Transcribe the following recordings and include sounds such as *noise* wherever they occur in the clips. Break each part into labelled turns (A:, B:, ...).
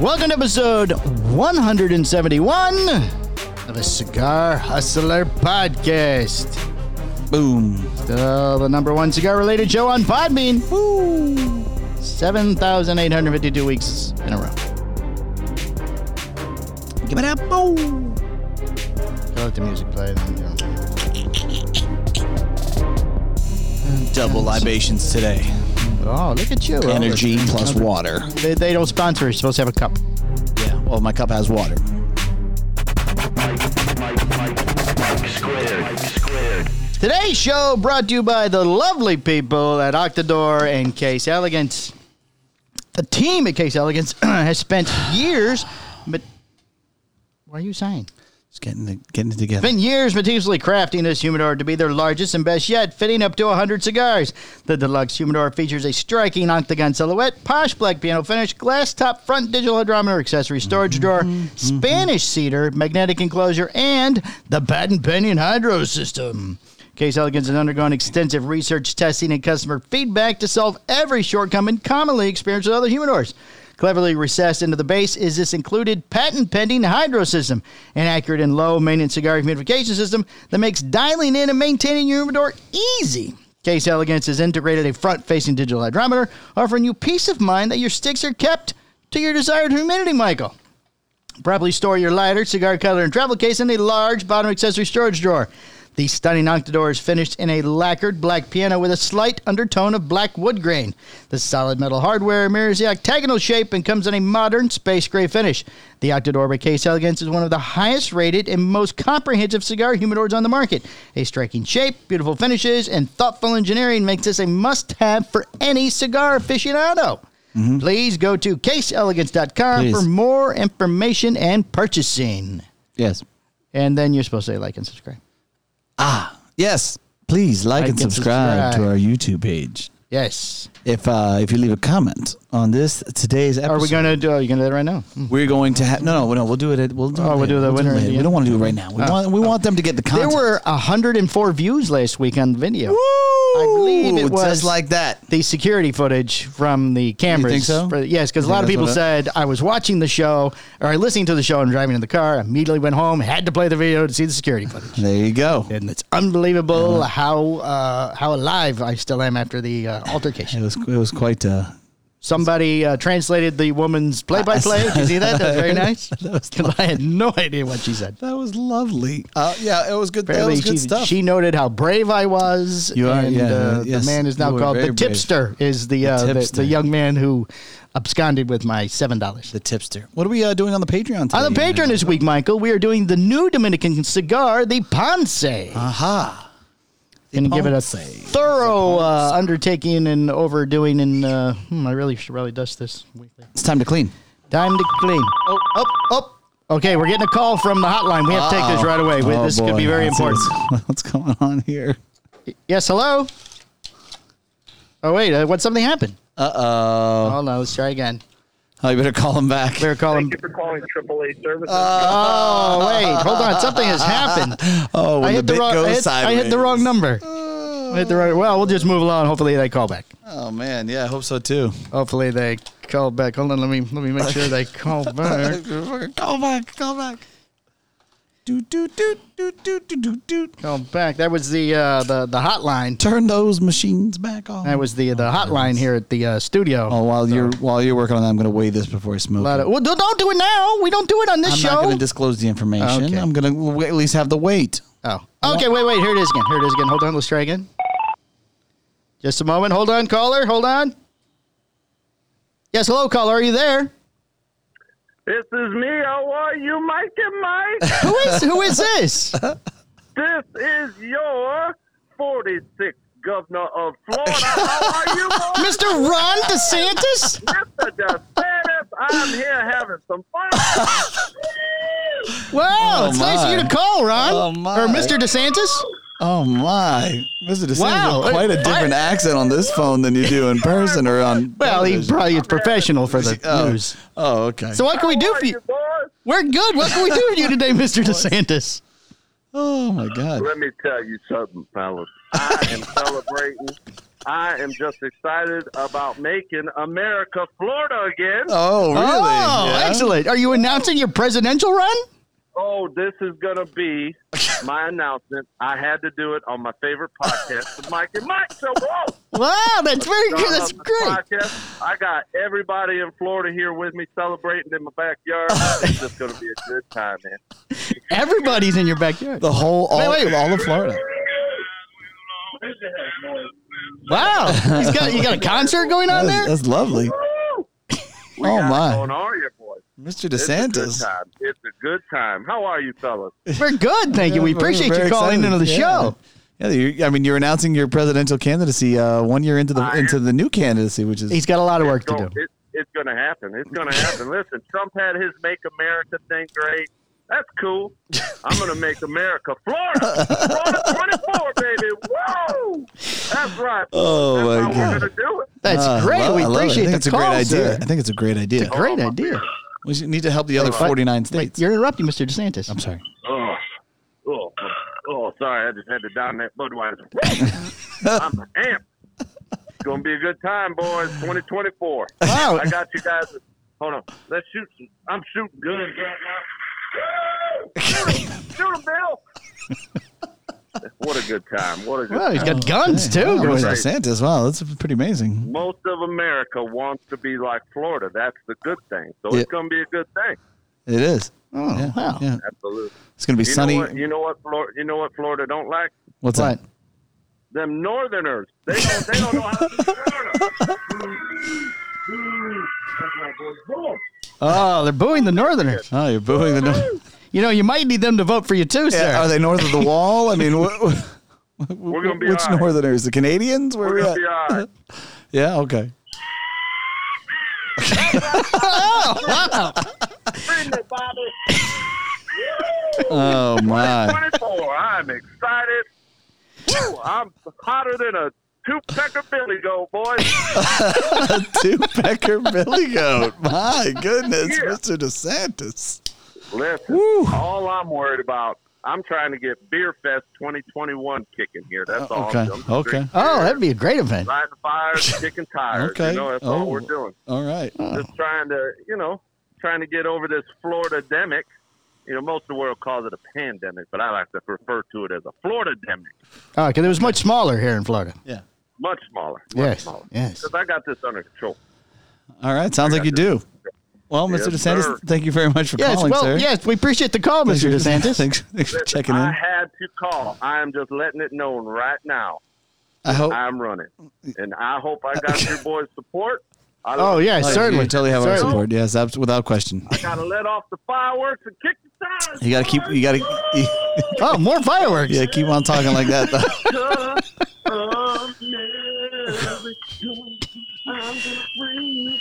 A: Welcome to episode 171 of the Cigar Hustler Podcast.
B: Boom.
A: Still the number one cigar related show on Podbean. Woo! 7,852 weeks in a row.
B: Give it up. Boom.
A: I'll let the music play. Then, you
B: Double libations today.
A: know. Oh, look at you.
B: Energy plus water.
A: They, they don't sponsor. You're supposed to have a cup.
B: Yeah. Well, my cup has water.
A: Today's show brought to you by the lovely people at Octador and Case Elegance. The team at Case Elegance *clears throat* has spent years, but what are you saying?
B: Just getting the, getting it together.
A: Spent years meticulously crafting this humidor to be their largest and best yet, fitting up to 100 cigars. The deluxe humidor features a striking octagon silhouette, posh black piano finish, glass top front digital hydrometer accessory storage drawer, Spanish cedar, magnetic enclosure, and the patent pending hydro system. Case Elegance has undergone extensive research, testing, and customer feedback to solve every shortcoming commonly experienced with other humidors. Cleverly recessed into the base is this included patent pending hydro system, an accurate and low maintenance cigar humidification system that makes dialing in and maintaining your humidor easy. Case Elegance has integrated a front facing digital hydrometer, offering you peace of mind that your sticks are kept to your desired humidity, Michael. Properly store your lighter, cigar cutter, and travel case in a large bottom accessory storage drawer. The stunning Octador is finished in a lacquered black piano with a slight undertone of black wood grain. The solid metal hardware mirrors the octagonal shape and comes in a modern space gray finish. The Octador by Case Elegance is one of the highest rated and most comprehensive cigar humidors on the market. A striking shape, beautiful finishes, and thoughtful engineering makes this a must have for any cigar aficionado. Please go to caseelegance.com
B: Please.
A: for more information and purchasing.
B: Yes.
A: And then you're supposed to say like and subscribe.
B: Ah. Yes. Please like, and
A: and
B: subscribe,
A: subscribe.
B: to our YouTube page.
A: Yes.
B: If uh, if you leave a comment on this today's episode,
A: Are we going to do? Are you going to do it right now? Mm.
B: We're going to have no, no, no. We'll do it. At, we'll do
A: Oh,
B: it
A: we'll
B: later.
A: do the winner at
B: later.
A: the
B: We
A: end.
B: don't want to do it right now. We want we want them to get the
A: There
B: content.
A: Oh. were 104 views last week on the video.
B: I
A: believe it was-
B: just like that.
A: The security footage from the cameras.
B: think so?
A: For- yes, because a
B: You
A: lot of
B: think
A: people
B: that's
A: said I was watching the show or listening to the show and driving in the car. Immediately went home, had to play the video to see the security footage.
B: *laughs* There you go.
A: And it's unbelievable
B: Uh-huh.
A: how uh, how alive I still am after the uh, altercation.
B: It was it was quite. Uh,
A: Somebody uh, translated the woman's play-by-play. Did you see that? That was
B: *laughs*
A: very nice.
B: That was
A: 'Cause *laughs* I had no idea what she said.
B: That was lovely. Uh, yeah, it was good.
A: Apparently,
B: that was good
A: she,
B: stuff.
A: she noted how brave I was.
B: You are-
A: and,
B: yeah,
A: uh,
B: yes,
A: the man is
B: you
A: now
B: were
A: called the
B: very brave.
A: tipster. Is the uh, the, the,
B: tipster.
A: young man who absconded with my seven dollars.
B: the tipster. What are we uh, doing on the Patreon? Today?
A: On the Patreon this week, Michael, we are doing the new Dominican cigar, the Ponce.
B: Aha.
A: and give it a
B: Ah, Ponce.
A: thorough uh, undertaking and overdoing. And uh, hmm, I really should really dust this weekly.
B: It's time to clean.
A: Time to clean. Oh, oh, oh. Okay, we're getting a call from the hotline. We have to take this right away. We-
B: Oh,
A: this could
B: boy.
A: be very
B: Let's see
A: important.
B: What's, *laughs* what's going on here?
A: Yes, hello. Oh wait, uh, what something happened?
B: Uh oh.
A: Oh no, let's try again.
B: Oh, you better call him back.
A: Better call him.
C: Thank you for calling AAA Services.
B: *laughs*
A: Oh wait, hold on, something has happened.
B: Oh, when
A: I hit the
B: bit
A: wrong.
B: goes
A: I hit, I hit
B: sideways.
A: the wrong number. I hit the right. Well, we'll just move along. Hopefully they call back.
B: Oh man, yeah, I hope so too.
A: Hopefully they call back. Hold on, let me let me make sure they
B: *laughs*
A: call back.
B: call back, call back. Do do do do do do do do.
A: Call back. That was the uh, the the hotline.
B: Turn those machines back on.
A: That was the the hotline here at the uh, studio.
B: Oh, while you're while you're working on that, I'm going to weigh this before I smoke.
A: A lot
B: it.
A: of- uh, well, don't don't do it now. We don't do it on this
B: I'm
A: show.
B: not going to disclose the information.
A: Okay.
B: I'm going to at least have the wait.
A: Oh. Okay, wait, wait. Here it is again. Here it is again. Hold on. Let's try again. Just a moment. Hold on, caller. Hold on. Yes, hello, caller. Are you there?
C: this is me. How are you, Mike and Mike?
A: *laughs* Who is who is
B: *laughs*
A: this?
C: this is your 46th governor of
A: *laughs*
C: Florida. How are you, Mr.
A: Mr. Ron DeSantis?
C: DeSantis? I'm here having some fun.
A: Wow, it's nice of you
B: Oh, my.
A: to call, Ron.
B: Oh, my.
A: Or Mr. DeSantis?
B: Oh my, Mr. DeSantis
A: Wow.
B: with quite a
A: What?
B: different accent on this phone than you do in person or on.
A: Well, he
B: television.
A: probably is professional for the
B: *laughs* Oh.
A: news.
B: Oh, okay.
A: So what can we do
C: How are
A: for you?
C: you, boys?
A: We're good. What can we do for you today,
B: *laughs*
A: Mr. DeSantis?
B: oh my
A: *laughs*
B: God.
C: Let me tell you something, fellas. I am celebrating I am just excited about making America Florida again.
B: Oh, really?
A: Oh,
B: Yeah?
A: excellent. Are you announcing your presidential run?
C: Oh, this is gonna be my announcement. I had to do it on my favorite podcast, the Mike and Mike Show. Whoa!
A: *laughs* Wow, that's very
C: Y'all
A: good. That's
C: love this
A: great.
C: podcast. I got everybody in Florida here with me celebrating in my backyard. it's just gonna be a good time, man.
A: Everybody's in your backyard.
B: The whole all,
A: Wait, wait.
B: all of Florida.
A: Wow, he's got you got a concert going on
B: That's,
A: there.
B: that's lovely,
C: Woo! We
B: Oh,
C: got it
B: my.
C: going on here, boys.
B: Mr.
C: It's a good
B: DeSantis.
C: time. It's a good time. How are you, fellas?
A: We're good, thank you. We
B: Yeah, we're
A: appreciate
B: very
A: you calling
B: excited.
A: into the
B: Yeah.
A: show.
B: Yeah, you're, I mean, you're announcing your presidential candidacy uh, one year into the
C: I
B: into the new candidacy, which is
A: He's got a lot of work to
C: Don't-
A: do.
C: It, it's going to happen. It's going to happen. Listen, Trump had his "Make America Think Great." That's cool. I'm going to make America Florida, Florida 24, baby. Whoa! That's right.
B: Oh,
C: That's
B: my
C: how
B: God.
C: We're going to do it.
A: That's
B: Uh,
A: great.
B: well,
A: we
B: I love it.
A: appreciate
B: I think
A: the
B: it's a
A: call,
B: great
A: sir.
B: idea. I think it's a great idea.
A: It's a great
C: Oh, my
A: idea.
B: We should need to help the other 49 states.
A: You're interrupting, Mr. DeSantis.
B: I'm sorry.
C: Oh, oh, oh, sorry. I just had to down that Budweiser. I'm amped. It's going to be a good time, boys. 2024.
A: *laughs* Wow.
C: I got you guys. Hold on. Let's shoot. Some, I'm shooting guns right now. Shoot
B: *laughs*
C: 'em. Shoot 'em, Bill. what a good time. What a good
A: Well,
C: time.
A: he's
C: *laughs*
A: got guns too.
B: Wow,
A: going
B: Mr.
A: on.
B: DeSantis. Wow, that's pretty amazing.
C: Most of America wants to be like Florida. That's the good thing. So
B: Yeah.
C: it's going to be a good thing.
B: It is.
A: Oh,
B: Yeah,
A: wow.
B: yeah.
C: Absolutely.
B: It's going to be
C: You
B: sunny.
C: know what? You know what? Florida, you know what? Florida don't like
B: What's
A: What?
B: that?
C: them Northerners. They don't. They don't know how to do
B: *laughs*
C: Florida. That's my boy, George.
A: Oh, they're booing the Northerners.
B: Oh, you're booing the north. *laughs*
A: You know, you might need them to vote for you too, sir.
B: Are they north of
A: *laughs*
B: the wall? I mean, what, what, We're
C: gonna be
B: which
C: all right.
B: northerners? The Canadians? Where
C: We're
B: we
C: gonna
B: at?
C: be all
B: *laughs*
C: right.
B: Yeah, okay.
C: Bring it, Bobby.
B: Oh my.
C: 24. I'm excited. Woo, I'm hotter than a two-pecker Billy Goat, boys.
B: *laughs* Two
A: *laughs*
B: pecker billy goat. My goodness,
C: Yeah.
B: Mr. DeSantis.
C: Listen, all I'm worried about, I'm trying to get Beer Fest 2021 kicking here. That's all.
B: Uh, okay,
C: I'm doing.
B: okay.
C: Drinking
A: oh,
C: beer,
A: that'd be a great event.
C: lighting fires, kicking tires.
B: Okay.
C: You know, that's
B: Oh.
C: all we're doing.
B: All right.
C: Just trying to, you know, trying to get over this Florida demic. You know, most of the world calls it a pandemic, but I like to refer to it as a Florida demic.
A: Oh, because it was much smaller here in Florida.
B: Yeah.
C: Much smaller. Much
A: Yes,
C: smaller.
A: yes.
C: Because I got this under control.
B: All right. Sounds like you do. Well, Mr.
C: Yes,
B: DeSantis,
C: sir.
B: thank you very much for
A: Yes,
B: calling,
A: well,
B: sir.
A: yes, we appreciate the call,
B: *laughs* Thank
A: Mr.
B: you.
A: DeSantis.
B: Thanks, thanks for checking in.
C: I
B: I,
C: had to call. I am just letting it known right now.
B: hope.
C: I'm running, and I hope I got your boys' support. I
A: Oh, yes,
B: Oh,
A: certainly.
B: You totally have our
A: Certainly.
B: support. Yes, abs- without question.
C: I gotta let off the fireworks and kick the tires.
B: You got to keep. You got to.
A: Oh, more fireworks.
B: Yeah, keep on talking like that. though.
C: I'm never gonna- I'm gonna bring you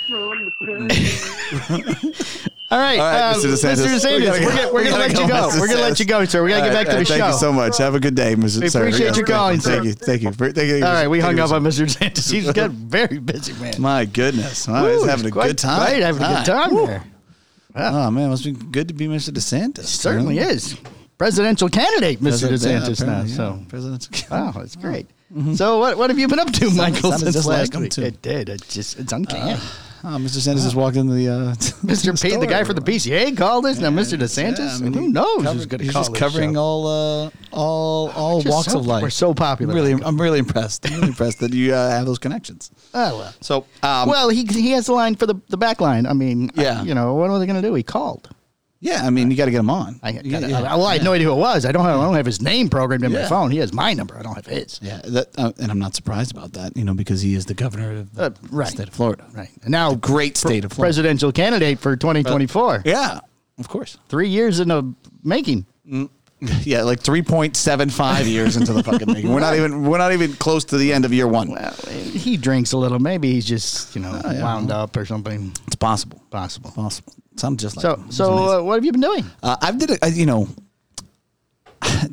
C: from the past.
A: All right,
B: All right,
A: um,
B: Mr. DeSantis.
A: Mr.
B: We gotta
A: DeSantis, we're
B: go.
A: gonna, we're
B: We
A: gonna
B: gotta
A: let you
B: go,
A: go.
B: Mr.
A: We're gonna let you go, sir. We gotta
B: All
A: get
B: right,
A: back to
B: all
A: the
B: right,
A: show.
B: Thank you so much. Have a good day, Mr.
A: We
B: Sorry,
A: appreciate
B: yes,
A: you
B: thank
A: calling, sir.
B: Thank you. Thank you. for- Thank you.
A: All right, we
B: Thank
A: hung
B: you,
A: up
B: sir.
A: on Mr. DeSantis. He's got very busy, man.
B: My goodness. Wow,
A: Ooh,
B: he's having a
A: quite-
B: good time.
A: Right, having a good time there.
B: Oh, man. Must be good to be Mr. DeSantis.
A: Certainly is. Presidential candidate, Mr. DeSantis now. So, *laughs*
B: President's
A: wow, that's great. So, what what have you been up to, Michael,
B: Mm-hmm. sounded
A: since
B: just
A: last
B: like him,
A: week?
B: too.
A: It did. It just it's uncanny.
B: Oh, Mr. DeSantis just walked into the. Uh, *laughs*
A: Mr. P,
B: store.
A: the guy for the PCA called us. Now, Mr. DeSantis.
B: Yeah, I mean,
A: who
B: he
A: knows
B: covered-
A: who's going to
B: He's
A: call
B: just
A: this
B: covering
A: show?
B: all, uh, all, all
A: Just
B: walks
A: so-
B: of life.
A: We're so popular.
B: really, I'm really impressed. I'm really impressed that you uh, have those connections.
A: Oh, well.
B: So, um,
A: well, he he has the line for the the back line. I mean,
B: Yeah.
A: you know, what are they going to do? He called.
B: yeah, I mean, you got to get them on.
A: I,
B: You- uh,
A: gotta-
B: yeah.
A: well, I had no idea who it was. I don't have I don't have his name programmed in my
B: Yeah.
A: phone. He has my number. I don't have his.
B: Yeah, that, uh, and I'm not surprised about that, you know, because he is the governor of the
A: Uh, right.
B: state of Florida.
A: Right and now,
B: Great state of Florida.
A: presidential candidate for 2024.
B: Yeah,
A: *laughs*
B: of course.
A: Three years in the making.
B: Yeah, like 3.75 years into the fucking thing. We're not even we're not even close to the end of year one.
A: Well, he drinks a little. Maybe he's just you
B: Oh,
A: know wound up or something
B: It's possible.
A: possible.
B: Possible. Sounds just like
A: So,
B: him. It's amazing.
A: so uh, what have you been doing?
B: Uh, I've did a, I- you know. *sighs*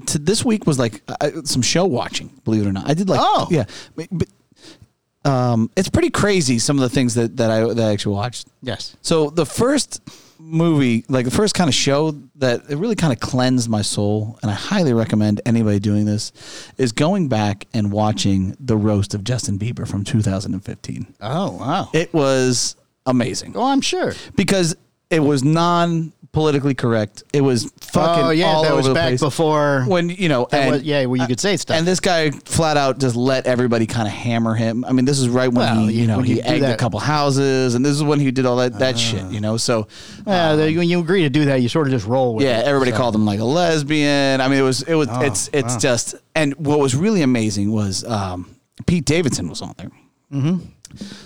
B: To this week was like uh, some show watching, believe it or not. I did like
A: Oh.
B: yeah, but, but, um, it's pretty crazy some of the things that that I that I actually watched.
A: Yes.
B: So the first movie, like the first kind of show that it really kind of cleansed my soul, and I highly recommend anybody doing this, is going back and watching the roast of Justin Bieber from 2015.
A: Oh wow.
B: It was amazing
A: oh, I'm sure.
B: because it was non politically correct. It was fucking
A: oh yeah,
B: all
A: that
B: over
A: was
B: the
A: back
B: place.
A: before.
B: when you know
A: that
B: and,
A: was- yeah, well, you could say stuff.
B: and this guy flat out just let everybody kind of hammer him. I mean, this is right when
A: Well,
B: he, you
A: you-
B: know,
A: when you
B: he
A: do
B: egged a
A: that- Ah.
B: couple houses, and this is when he did all that that shit, you know. So,
A: Yeah, they- when you agree to do that, you sort of just roll with
B: um, yeah,
A: it.
B: everybody
A: So- Oh,
B: called him like a lesbian. I mean, it was it was it's it's just. And what was really amazing was um, Pete Davidson was on there. Mm-hmm.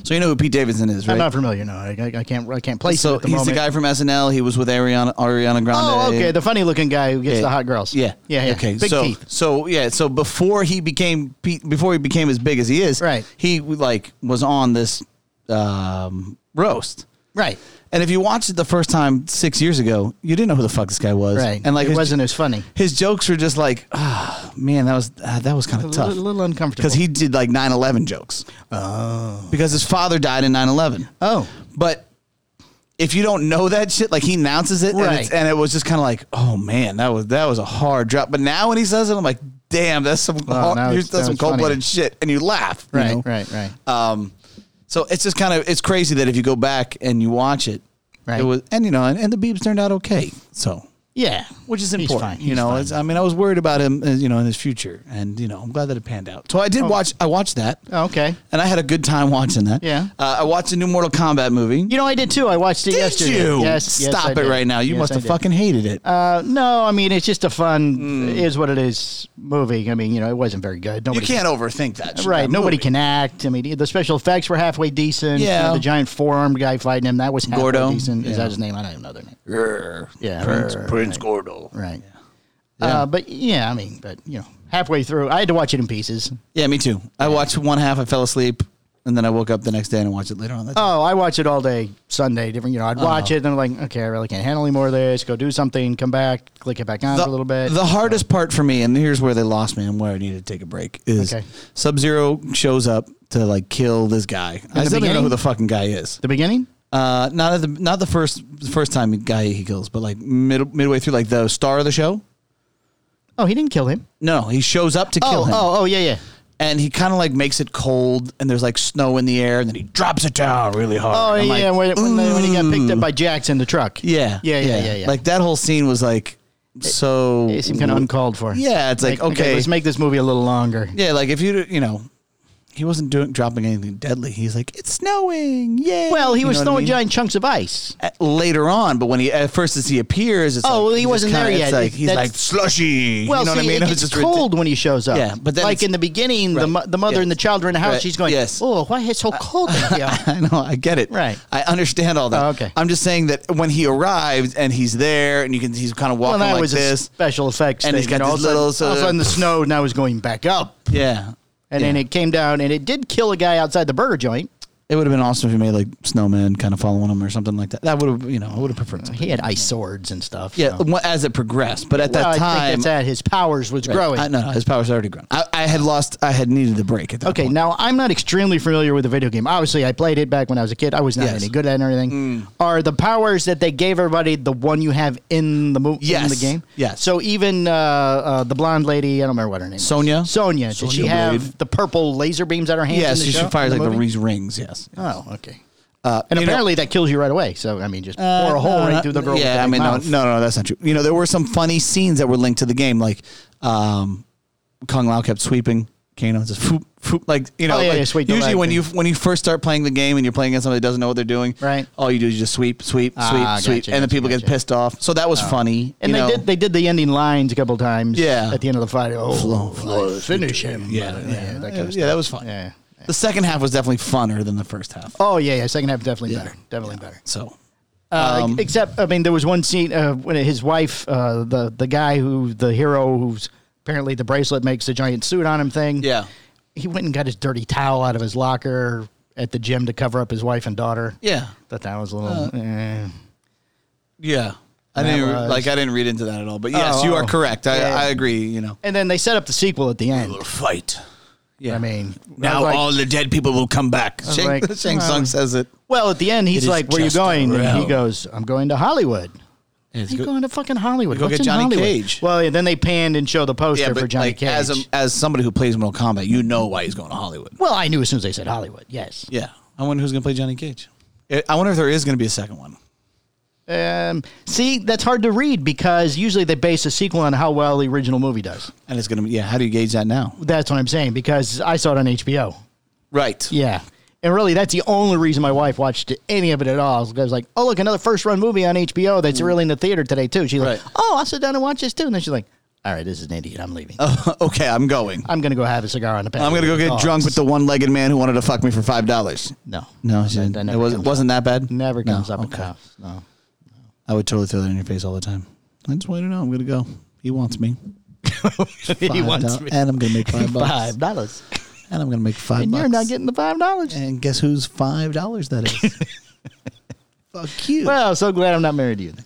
B: So you know who Pete Davidson is, right?
A: I'm not familiar. No, I, I- I can't. I can't place. it
B: so
A: at the
B: he's
A: moment.
B: the guy from SNL. He was with Ariana Ariana Grande.
A: Oh, okay, the funny-looking guy who gets
B: Yeah.
A: the hot girls.
B: Yeah.
A: yeah, yeah.
B: Okay.
A: Big
B: so,
A: teeth.
B: so yeah. So before he became Pete, before he became as big as he is,
A: Right.
B: He like was on this um, roast,
A: Right,
B: and if you watched it the first time six years ago, you didn't know who the fuck this guy was,
A: right.
B: And like
A: it
B: his,
A: wasn't as funny.
B: his jokes were just like, ah, man, that was ah, that was kind
A: A
B: of
A: little,
B: tough
A: a little uncomfortable.
B: because he did like 9-11 jokes. Oh. Because his father died in 9-11.
A: Oh.
B: But if you don't know that shit, like he announces it, and, it's,
A: Right.
B: and it was just kind of like, oh man, that was that was a hard drop. But now when he says it, I'm like, damn, that's some hard,
A: now it's-
B: that's
A: now
B: some
A: it's funny.
B: cold blooded shit, and you laugh, you
A: right,
B: know?
A: right, right.
B: Um, so it's just kind of it's crazy that if you go back and you watch it,
A: Right.
B: it was, and you know, and, and the Beebs turned out okay, so
A: yeah,
B: which is
A: He's
B: important.
A: fine,
B: You
A: he's
B: know,
A: fine.
B: it's, I mean, I was worried about him, uh, you know, in his future, and you know, I'm glad that it panned out. So I did watch. I watched that.
A: Oh, okay.
B: And I had a good time watching that.
A: Yeah.
B: Uh, I watched the new Mortal Kombat movie.
A: You know, I did too. I watched it
B: did
A: yesterday.
B: you?
A: Yes, yes,
B: Stop
A: I
B: it
A: did.
B: right now. You
A: Yes,
B: must
A: I
B: have
A: did.
B: fucking hated it.
A: Uh, no, I mean it's just a fun is what it is movie. I mean, you know, it wasn't very good.
B: you
A: Nobody
B: can't overthink that. shit,
A: *laughs* Right,
B: that
A: nobody
B: movie.
A: can act. I mean, the special effects were halfway decent. You know,
B: Yeah.
A: the giant forearm guy fighting him that was halfway
B: Gordo.
A: decent. Is
B: Yeah.
A: that his name? I don't even know their name.
B: Grr.
A: Yeah,
B: Prince,
A: right,
B: Prince Gordo.
A: Right.
B: Yeah.
A: Uh, but yeah, I mean, but you know, halfway through, I had to watch it in pieces.
B: Yeah, me too. I watched one half. I fell asleep, and then I woke up the next day and I watched it later on. That day.
A: Oh, I watch it all day Sunday. Different, you know, I'd watch it and I'm like, okay, I really can't handle any more of this. Go do something. Come back. Click it back on for a little bit.
B: The hardest part for me, and here's where they lost me and where I need to take a break, is
A: Okay.
B: Sub Zero shows up to like kill this guy. I
A: the
B: still don't know
A: beginning?
B: who the fucking guy is.
A: The beginning.
B: Uh, not at the not the first first time guy he kills, but like mid, midway through, like the star of the show.
A: Oh, he didn't kill him.
B: No, he shows up to kill
A: oh,
B: him,
A: oh, oh, yeah, yeah.
B: and he kind of like makes it cold, and there's like snow in the air, and then he drops it down really hard.
A: Oh,
B: I'm like,
A: yeah. when, when, they- when he got picked up by Jax in the truck.
B: yeah,
A: mm. yeah, yeah, yeah. yeah,
B: Like that whole scene was like so.
A: it seemed kind of uncalled for.
B: Yeah, it's like, okay.
A: let's make this movie a little longer.
B: Yeah, like if you you know, he wasn't doing dropping anything deadly. He's like, it's snowing, yay!
A: Well, he
B: You
A: was
B: know what I
A: throwing
B: mean?
A: giant chunks of ice.
B: At- later on, but when he at first as he appears, it's
A: Oh,
B: like,
A: well, he
B: he's just
A: wasn't there
B: kinda- it's
A: yet.
B: like he's
A: That's-
B: like slushy.
A: Well,
B: you know
A: see,
B: what I mean?
A: it
B: was
A: gets
B: just ridic- *laughs*
A: cold when he shows up.
B: Yeah, but then
A: like
B: it's-
A: in the beginning, the,
B: Right.
A: mo- the mother and the
B: Yes.
A: child are in the house.
B: Right.
A: She's going,
B: Yes.
A: "Oh, why is it
B: *laughs*
A: so cold in here?"
B: I know, I get it.
A: Right.
B: I understand all that.
A: Oh, okay.
B: I'm just saying that when he arrives and he's there and you can he's kind of
A: Well,
B: walking
A: that
B: like
A: was a
B: this.
A: special effects,
B: And
A: thing,
B: he's got
A: you know,
B: this
A: all of a
B: little
A: sudden- all of a
B: sort of-
A: sudden the snow now is going back up,
B: yeah.
A: and then
B: Yeah.
A: it came down, and it did kill a guy outside the burger joint.
B: It would have been awesome if he made like snowmen kind of following him or something like that. That would have, you know, I would have preferred something.
A: He had ice swords and stuff.
B: Yeah,
A: so.
B: wh- as it progressed, but at
A: Well,
B: that
A: I
B: time,
A: think that's that his powers was growing.
B: I, no, no, his powers already grown. I, I had lost. I had needed the break at that.
A: Okay,
B: point.
A: now I'm not extremely familiar with the video game. Obviously, I played it back when I was a kid. I was not
B: Yes. Mm.
A: any good at it or anything. Are the powers that they gave everybody the one you have in the movie in
B: Yes.
A: the game?
B: Yes.
A: So even uh, uh, the blonde lady, I don't remember what her name.
B: Sonya?
A: Was. Sonya. Did
B: Sonya
A: she have
B: Blade.
A: the purple laser beams at her hands?
B: yes,
A: in the
B: she
A: show,
B: should fire
A: in
B: like the,
A: movie?
B: these rings. Yes,
A: Oh, okay.
B: uh,
A: And
B: you know-
A: apparently that kills you right away. So I mean, just
B: Uh,
A: pour a hole
B: no,
A: right
B: no,
A: through the girl.
B: Yeah, I mean, no, no, no, that's not true. You know, there were some funny scenes that were linked to the game, like um, Kung Lao kept sweeping Kano, just foop, foop, like you know,
A: Oh, yeah,
B: like,
A: yeah, sweep the
B: usually
A: leg
B: when
A: thing.
B: you when you first start playing the game and you're playing against somebody that doesn't know what they're doing,
A: Right.
B: All you do is just sweep, sweep, sweep,
A: Ah,
B: sweep,
A: gotcha,
B: and the
A: gotcha,
B: people get
A: gotcha. Oh.
B: pissed off. So that was funny.
A: And
B: you
A: they
B: know?
A: did they did the ending lines a couple times.
B: Yeah.
A: At the end of the fight, oh,
B: Flow, flow,
A: I finish him.
B: yeah, yeah,
A: that kind of
B: yeah,
A: stuff.
B: yeah, that was fun.
A: Yeah.
B: The second half was definitely funner than the first half.
A: Oh yeah, yeah. Second half definitely
B: Yeah. Um,
A: better, definitely better.
B: So
A: Uh, except, I mean, there was one scene uh, when his wife, uh, the the guy who the hero who's apparently the bracelet makes the giant suit on him thing.
B: yeah,
A: he went and got his dirty towel out of his locker at the gym to cover up his wife and daughter.
B: yeah, Uh.
A: Thought that was a little. eh.
B: yeah. I
A: That
B: didn't re-
A: was-
B: like. I didn't read into that at all. But yes,
A: Oh,
B: you are
A: oh.
B: correct. I,
A: Yeah.
B: I agree. You know,
A: And then they set up the sequel at the end.
B: fight. Yeah.
A: I mean, I was
B: Now
A: like-
B: all the dead people will come back. Shang,
A: like,
B: *laughs* Shang Tsung
A: well,
B: says it.
A: well, at the end,
B: It
A: he's
B: is
A: like, "Where are you
B: just
A: going?" And he
B: around.
A: goes, "I'm going to Hollywood."
B: It's
A: You're
B: good.
A: going to fucking Hollywood.
B: You go
A: What's
B: get
A: in
B: Johnny
A: Hollywood?
B: Cage.
A: Well, yeah, then they panned and showed the poster
B: Yeah,
A: for
B: but
A: Johnny
B: like,
A: Cage.
B: as a, as somebody who plays Mortal Kombat, you know why he's going to Hollywood.
A: well, I knew as soon as they said Hollywood. Yes.
B: Yeah, I wonder who's going to play Johnny Cage. I- I wonder if there is going to be a second one.
A: Um, see, that's hard to read because usually they base a sequel on how well the original movie does.
B: And it's going to be yeah. How do you gauge that now?
A: That's what I'm saying because I saw it on HBO.
B: Right.
A: Yeah. And really, that's the only reason my wife watched any of it at all. is because I was like, oh, look, another first run movie on HBO that's really in the theater today, too. She's
B: Mm. Right.
A: like, oh, I'll sit down and watch this, too. And then she's like, all right, this is an idiot. I'm leaving.
B: *laughs* okay, I'm going.
A: I'm going to go have a cigar on the patio.
B: Oh. I'm going to go get
A: Oh,
B: drunk with the one-legged man who wanted to fuck me for five dollars.
A: No.
B: No, she
A: That-
B: didn't.
A: that
B: it
A: never
B: wasn't
A: comes
B: wasn't that bad.
A: up. Never
B: No,
A: comes up
B: okay.
A: enough.
B: *laughs*
A: No.
B: I would totally throw that in your face all the time. I just want you to know I'm going to go. He wants me.
A: he
B: Five
A: wants
B: doll-
A: me.
B: and I'm going to make five bucks.
A: *laughs* Five dollars.
B: and I'm going to make five.
A: And
B: bucks.
A: you're not getting the five dollars.
B: And guess who's five dollars that is?
A: *laughs*
B: Fuck *laughs* you.
A: Well, so glad I'm not married to you. then.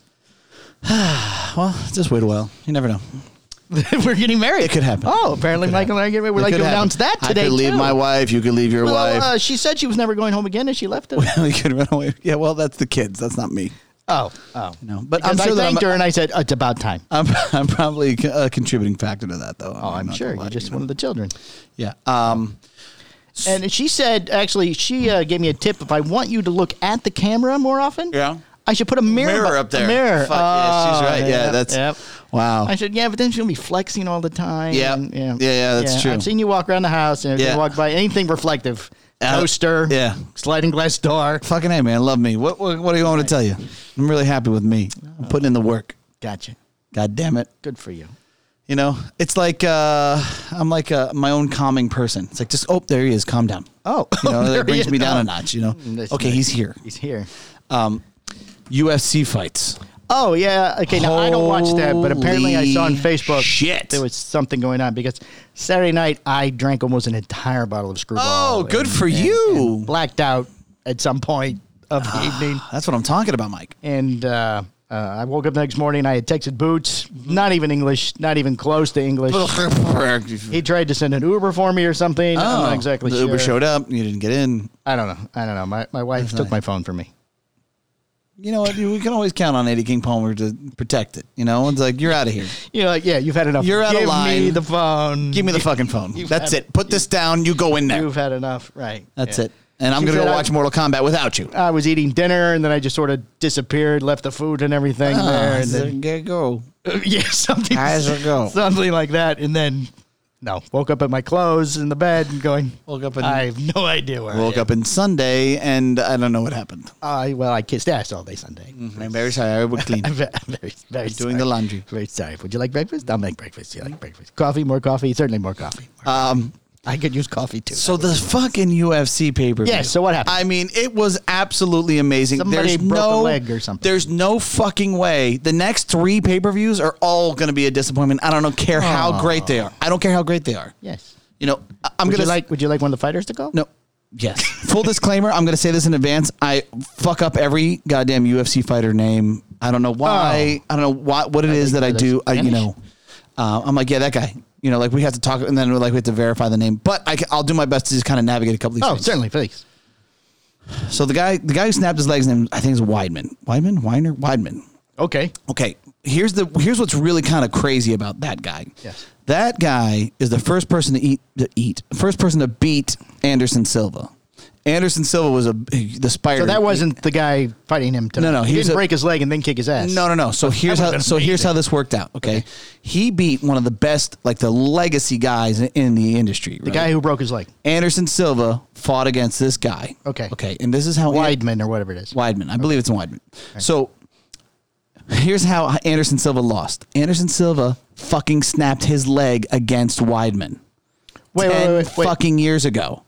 B: Well, just wait a while. You never know.
A: *laughs* We're getting married.
B: It could happen.
A: Oh, apparently Michael and I are getting married. We're
B: It
A: like
B: could
A: to
B: happen.
A: announce that today.
B: I could leave
A: too.
B: my wife. You could leave your
A: Well,
B: wife. *laughs*
A: uh, she said she was never going home again, and she left. It.
B: you could run away. Yeah. Well, that's the kids. That's not me.
A: Oh, oh,
B: No, but
A: Because
B: I'm sure
A: I
B: that I'm-
A: thanked her, and I said it's about time.
B: I'm, *laughs* I'm probably a contributing factor to that, though.
A: Oh, I'm
B: not
A: sure
B: gonna lie
A: you're
B: to
A: just
B: you.
A: one of the children.
B: Yeah. Um,
A: And she said, actually, she uh, gave me a tip. If I want you to look at the camera more often,
B: Yeah.
A: I should put a mirror,
B: mirror
A: bu-
B: up there.
A: A mirror.
B: Fuck, yeah, she's
A: Oh,
B: right. Yeah,
A: yep,
B: that's
A: Yep.
B: wow.
A: I said, yeah, but then she'll be flexing all the time.
B: Yeah.
A: and,
B: Yeah, yeah, that's true.
A: I've seen you walk around the house and if
B: Yeah.
A: you walk by anything reflective,
B: Uh,
A: toaster,
B: yeah.
A: sliding glass door.
B: *laughs* Fucking hey, man, love me. What what, what do you want me to tell you? I'm really happy with me. I'm putting in the work.
A: Gotcha.
B: God damn it.
A: Good for you.
B: You know, it's like uh, I'm like uh, my own calming person. It's like just oh, there he is. Calm down.
A: Oh,
B: you know,
A: *laughs* there
B: that brings
A: he
B: me
A: is.
B: down
A: Oh.
B: a notch. You know,
A: That's
B: okay,
A: nice.
B: he's here.
A: He's here.
B: UFC fights.
A: Oh yeah. Okay. Now I don't watch that, but apparently I saw on
B: Holy
A: Facebook
B: shit.
A: there was something going on because Saturday night I drank almost an entire bottle of screwball.
B: Oh, good for you.
A: and blacked out at some point of
B: *sighs*
A: the evening,
B: That's what I'm talking about,
A: *laughs*
B: Mike.
A: and uh, uh, I woke up the next morning. I had texted Boots, not even English, not even close to English.
B: oh,
A: He tried to send an Uber for me or something. I'm not exactly
B: the
A: sure.
B: Uber showed up. You didn't get in.
A: I don't know. I don't know. My my wife took my phone from me.
B: You know what? We can always count on Eddie King Palmer to protect it. You know, it's like you're out of here.
A: You know, like, yeah, you've had enough.
B: You're out of
A: Give me
B: line.
A: the phone.
B: Give me the fucking phone.
A: you've
B: That's
A: had-
B: it. Put this down. You go in there.
A: You've had enough, right?
B: That's
A: yeah.
B: it. And I'm
A: She
B: gonna go
A: said I-
B: watch Mortal Kombat without you.
A: I was eating dinner and then I just sort of disappeared, left the food and everything there. And then,
B: go.
A: *laughs* yeah, something,
B: Ah, Eyes will go.
A: something like that. And then, no, woke up at my clothes in the bed and going,
B: Woke up and-
A: I have no idea where
B: Woke
A: I am.
B: up in Sunday, and I don't know what happened.
A: I, well, I kissed ass all day Sunday.
B: I'm very sorry. I would
A: *laughs*
B: clean.
A: I'm ve- I'm very, very
B: Mm. doing
A: sorry.
B: the laundry.
A: Very sorry. Would you like breakfast? I'll make breakfast. You like breakfast? Coffee? More coffee? Certainly more coffee.
B: Um,
A: I could use coffee too.
B: so the fucking UFC paper.
A: Yeah, so what happened?
B: I mean, it was absolutely amazing.
A: Somebody
B: there's
A: broke a
B: no,
A: leg or something.
B: There's no fucking way. The next three pay per views are all going to be a disappointment. I don't know, care how great they are. I don't care how great they are.
A: yes.
B: You know, I- I'm
A: Would
B: going
A: you
B: to
A: like? Would you like one of the fighters to go?
B: No. Yes. *laughs* Full disclaimer. I'm going to say this in advance. I fuck up every goddamn UFC fighter name. I don't know why. I don't know why, what it is
A: think
B: Oh. that I
A: they're
B: do. I, you
A: Spanish.
B: know, uh, I'm like, yeah, that guy. You know, like we have to talk, and then we're like we have to verify the name. But I, will do my best to just kind of navigate a couple of these.
A: Oh,
B: things.
A: certainly, please.
B: So the guy, the guy who snapped his legs, name I think is Weidman. Weidman, Weiner, Weidman.
A: Okay.
B: Okay, here's the here's what's really kind of crazy about that guy.
A: Yes.
B: That guy is the first person to eat to eat first person to beat Anderson Silva. Anderson Silva was a the spider.
A: So that wasn't the guy fighting him. Tonight.
B: No, no,
A: he,
B: he was
A: didn't
B: a-
A: break his leg and then kick his ass.
B: No, no, no. So here's how.
A: would've
B: So
A: been
B: here's
A: amazing.
B: how this worked out. Okay? he beat one of the best, like the legacy guys in, in the industry.
A: the guy who broke his leg,
B: Anderson Silva fought against this guy.
A: Okay.
B: okay, and this is how
A: Weidman or whatever it is.
B: Weidman. I believe it's Weidman. So here's how Anderson Silva lost. Anderson Silva fucking snapped his leg against Weidman
A: Wait, wait,
B: 10
A: wait, wait, wait.
B: fucking years ago.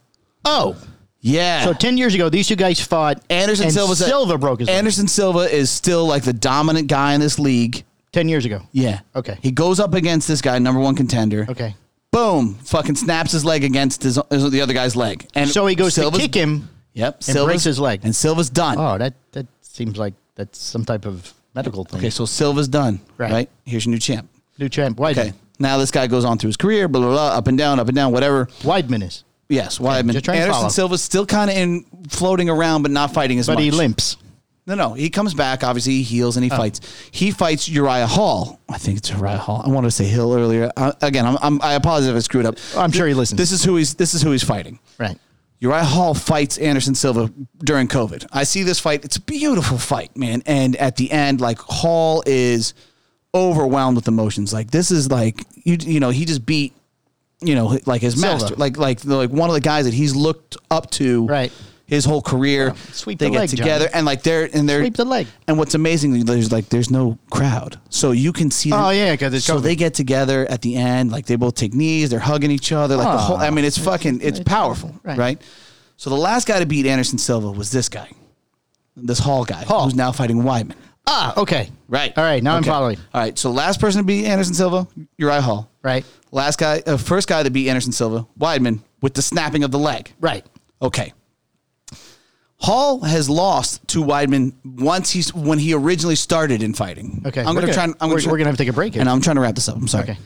A: Oh,
B: Yeah.
A: so ten years ago, these two guys fought.
B: Anderson
A: and
B: Silva's a-
A: Silva broke his leg.
B: Anderson Silva is still like the dominant guy in this league.
A: Ten years ago.
B: Yeah.
A: Okay.
B: He goes up against this guy, number one contender.
A: Okay.
B: Boom! Fucking snaps his leg against his, his- the other guy's leg, and
A: So he goes
B: Silva's-
A: to kick him.
B: Yep,
A: and breaks his leg.
B: and Silva's done.
A: Oh, that that seems like that's some type of medical thing.
B: Okay, so Silva's done.
A: Right.
B: right. Here's your new champ.
A: New champ Weidman.
B: Okay. Now this guy goes on through his career, blah blah blah, up and down, up and down, whatever.
A: Weidman is,
B: Yes, Weidman.
A: just trying to follow.
B: Anderson Silva's still kind of in floating around, but not fighting as
A: but
B: much.
A: he Oh. limps.
B: No, no. He comes back. Obviously, he heals and he fights. He fights Uriah Hall. I think it's Uriah Hall. I wanted to say Hill earlier. Uh, again, I'm, I'm, I apologize if I screwed up.
A: I'm sure he listens.
B: This is who he's. This is who he's fighting.
A: Right.
B: Uriah Hall fights Anderson Silva during COVID. I see this fight. It's a beautiful fight, man. And at the end, like Hall is overwhelmed with emotions. Like this is like you you know he just beat you know like his
A: Silva.
B: master, like like the- like one of the guys that he's looked up to
A: Right.
B: his whole career.
A: Sweep
B: they
A: the
B: get
A: leg,
B: together and like they're and they're
A: Sweep the leg.
B: And what's amazing there's like there's no crowd, so you can see.
A: Oh, yeah, 'cause it's
B: so
A: COVID.
B: they get together at the end. Like they both take knees. They're hugging each other. Like the whole. I mean, it's fucking. It's powerful,
A: Oh, right.
B: right. So the last guy to beat Anderson Silva was this guy, this Hall guy, who's now fighting Weidman.
A: Ah, okay.
B: Right.
A: All right. Now I'm
B: Okay.
A: following.
B: All right. So last person to beat Anderson Silva, Uriah Hall.
A: Right.
B: Last guy, uh, first guy to beat Anderson Silva, Weidman, with the snapping of the leg.
A: Right.
B: Okay. Hall has lost to Weidman once he's when he originally started in fighting.
A: Okay.
B: I'm
A: We're
B: gonna
A: good.
B: try. and- I'm
A: We're-
B: try-
A: we're gonna have to take a break here.
B: and I'm trying to wrap this up. I'm sorry.
A: Okay.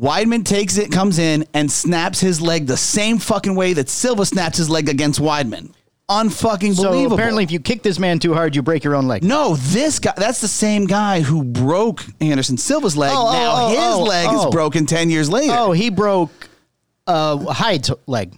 B: Weidman takes it, comes in, and snaps his leg the same fucking way that Silva snaps his leg against Weidman. Unfucking
A: So
B: believable.
A: apparently, if you kick this man too hard, you break your own leg.
B: no, this guy. That's the same guy who broke Anderson Silva's leg.
A: Oh, oh,
B: now
A: oh,
B: his
A: oh,
B: leg
A: oh.
B: is broken ten years later.
A: Oh, he broke uh, Hyde's leg.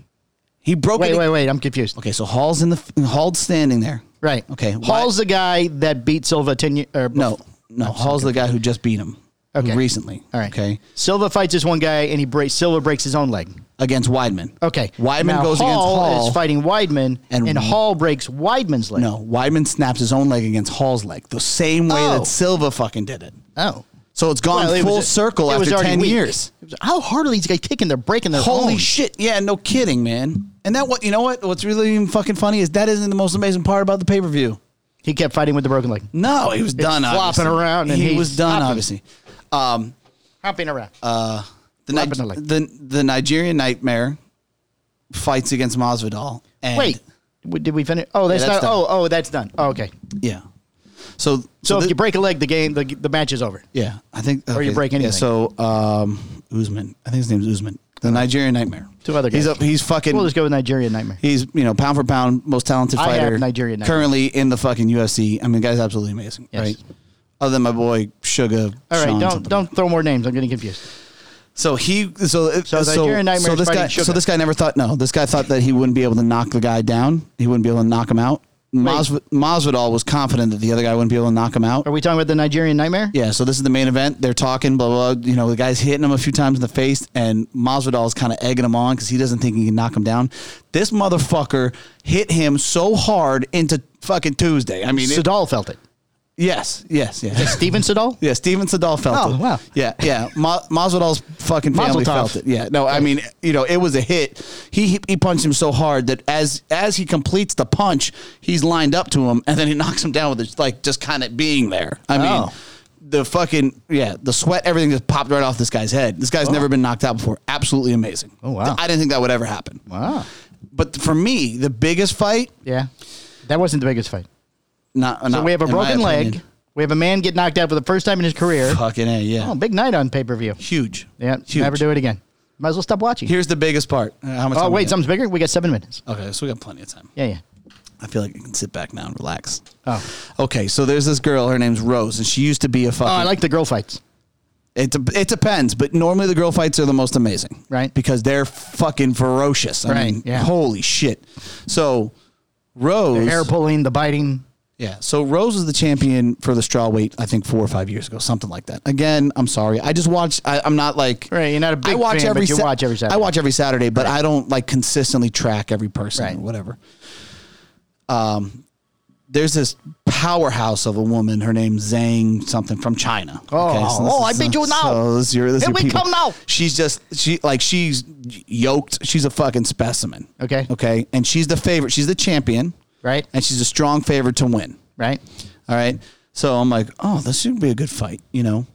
B: he broke
A: Wait,
B: it.
A: wait, wait. I'm confused.
B: Okay, so Hall's in the Hall's standing there.
A: Right.
B: Okay.
A: Hall's the guy that beat Silva ten years. Or
B: No, no. Hall's the guy who just beat him
A: Oh, Okay.
B: recently.
A: All right.
B: Okay.
A: Silva fights this one guy, and he breaks. Silva breaks his own leg.
B: Against Weidman.
A: Okay.
B: Weidman
A: Now
B: goes
A: Hall
B: against Hall.
A: is fighting Weidman, and,
B: And-
A: Hall breaks Weidman's leg.
B: No, Weidman snaps his own leg against Hall's leg the same way
A: Oh.
B: that Silva fucking did it.
A: Oh.
B: So it's gone
A: Well, it
B: full
A: was-
B: circle
A: it was
B: after
A: already
B: ten
A: weak.
B: years.
A: It was- How hard are these guys kicking? They're breaking their
B: Holy
A: own.
B: shit! Yeah, no kidding, man. And that what you know what? What's really even fucking funny is that isn't the most amazing part about the pay per view.
A: He kept fighting with the broken leg,
B: No, he was done.
A: flopping
B: obviously.
A: around and
B: he
A: he's
B: was done.
A: hopping.
B: Obviously, um,
A: hopping around.
B: Uh, the,
A: Flopping
B: Ni-
A: the leg.
B: the the Nigerian nightmare fights against Masvidal. And
A: Wait, w- did we finish? Oh, that's,
B: Yeah, that's
A: not.
B: done.
A: Oh, oh, that's done. Oh, okay.
B: yeah. So
A: So, if
B: thi-
A: you break a leg, the game, the, the match is over.
B: Yeah, I think.
A: you break anything.
B: Yeah, so um, Usman, I think his name's Usman, the Nigerian Nightmare.
A: Uh-huh. Two other
B: He's
A: guys.
B: up. He's fucking.
A: We'll just go with Nigerian Nightmare.
B: he's you know pound for pound most talented
A: I have
B: fighter.
A: Nigerian Nightmare.
B: currently in the fucking UFC. I mean, guy's absolutely amazing,
A: Yes.
B: right? Other than my boy Sugar.
A: All right,
B: Sean
A: don't
B: something.
A: don't throw more names. I'm getting confused.
B: So he so uh,
A: So
B: so so,
A: Nigerian Nightmare is
B: this
A: fighting
B: guy
A: Sugar.
B: so this guy never thought no this guy thought that he wouldn't be able to knock the guy down. He wouldn't be able to knock him out. Masv- Masvidal was confident that the other guy wouldn't be able to knock him out.
A: Are we talking about the Nigerian Nightmare?
B: Yeah, so this is the main event. They're talking, blah, blah, blah. You know, the guy's hitting him a few times in the face, and Masvidal is kind of egging him on because he doesn't think he can knock him down. This motherfucker hit him so hard into fucking Tuesday. I mean, it,
A: Sadal felt it.
B: yes, yes, yes.
A: Steven Sadal.
B: Yeah, Steven Seagal felt
A: Oh,
B: it.
A: wow.
B: Yeah, yeah. Ma- Masvidal's fucking family
A: Mazel tov.
B: felt it. Yeah. No, I mean, you know, it was a hit. He he punched him so hard that as as he completes the punch, he's lined up to him, and then he *laughs* knocks him down with his like just kind of being there. I
A: Oh.
B: mean, the fucking yeah, the sweat, everything just popped right off this guy's head. This guy's never been knocked out before. Absolutely amazing.
A: Oh, wow.
B: I didn't think that would ever happen.
A: Wow.
B: But for me, the biggest fight,
A: Yeah, that wasn't the biggest fight.
B: not,
A: So we have a broken leg. We have a man get knocked out for the first time in his career.
B: Fucking a, yeah,
A: Oh, big night on pay per view.
B: huge.
A: Yeah,
B: huge.
A: never do it again. Might as well stop watching.
B: Here's the biggest part. Uh, How much?
A: oh
B: time we
A: wait,
B: got?
A: something's bigger. We got seven minutes.
B: Okay, so we got plenty of time.
A: Yeah, yeah.
B: I feel like I can sit back now and relax.
A: Oh.
B: Okay, so there's this girl. Her name's Rose, and she used to be a fucking.
A: Oh, I like the girl fights.
B: it. de- It depends, but normally the girl fights are the most amazing,
A: Right.
B: Because they're fucking ferocious. I
A: Right,
B: mean,
A: yeah.
B: Holy shit! So Rose,
A: The hair pulling, the biting.
B: yeah. So Rose was the champion for the straw weight, I think four or five years ago, something like that. Again, I'm sorry. I just watch. I, I'm not like
A: Right, you're not a big
B: I watch
A: fan,
B: every
A: but you
B: Sa-
A: watch every Saturday.
B: I watch every Saturday, but I don't like consistently track every person
A: Right.
B: or whatever. Um, there's this powerhouse of a woman. Her name's Zhang something from China.
A: Oh,
B: this
A: oh,
B: is-
A: I beat you now.
B: So this is your, this is
A: Here
B: your
A: we
B: people.
A: come now.
B: She's just she like she's yoked. She's a fucking specimen.
A: Okay.
B: Okay. And she's the favorite. She's the champion.
A: Right.
B: And she's a strong favorite to win.
A: Right.
B: All right. So I'm like, oh, this should be a good fight, you know.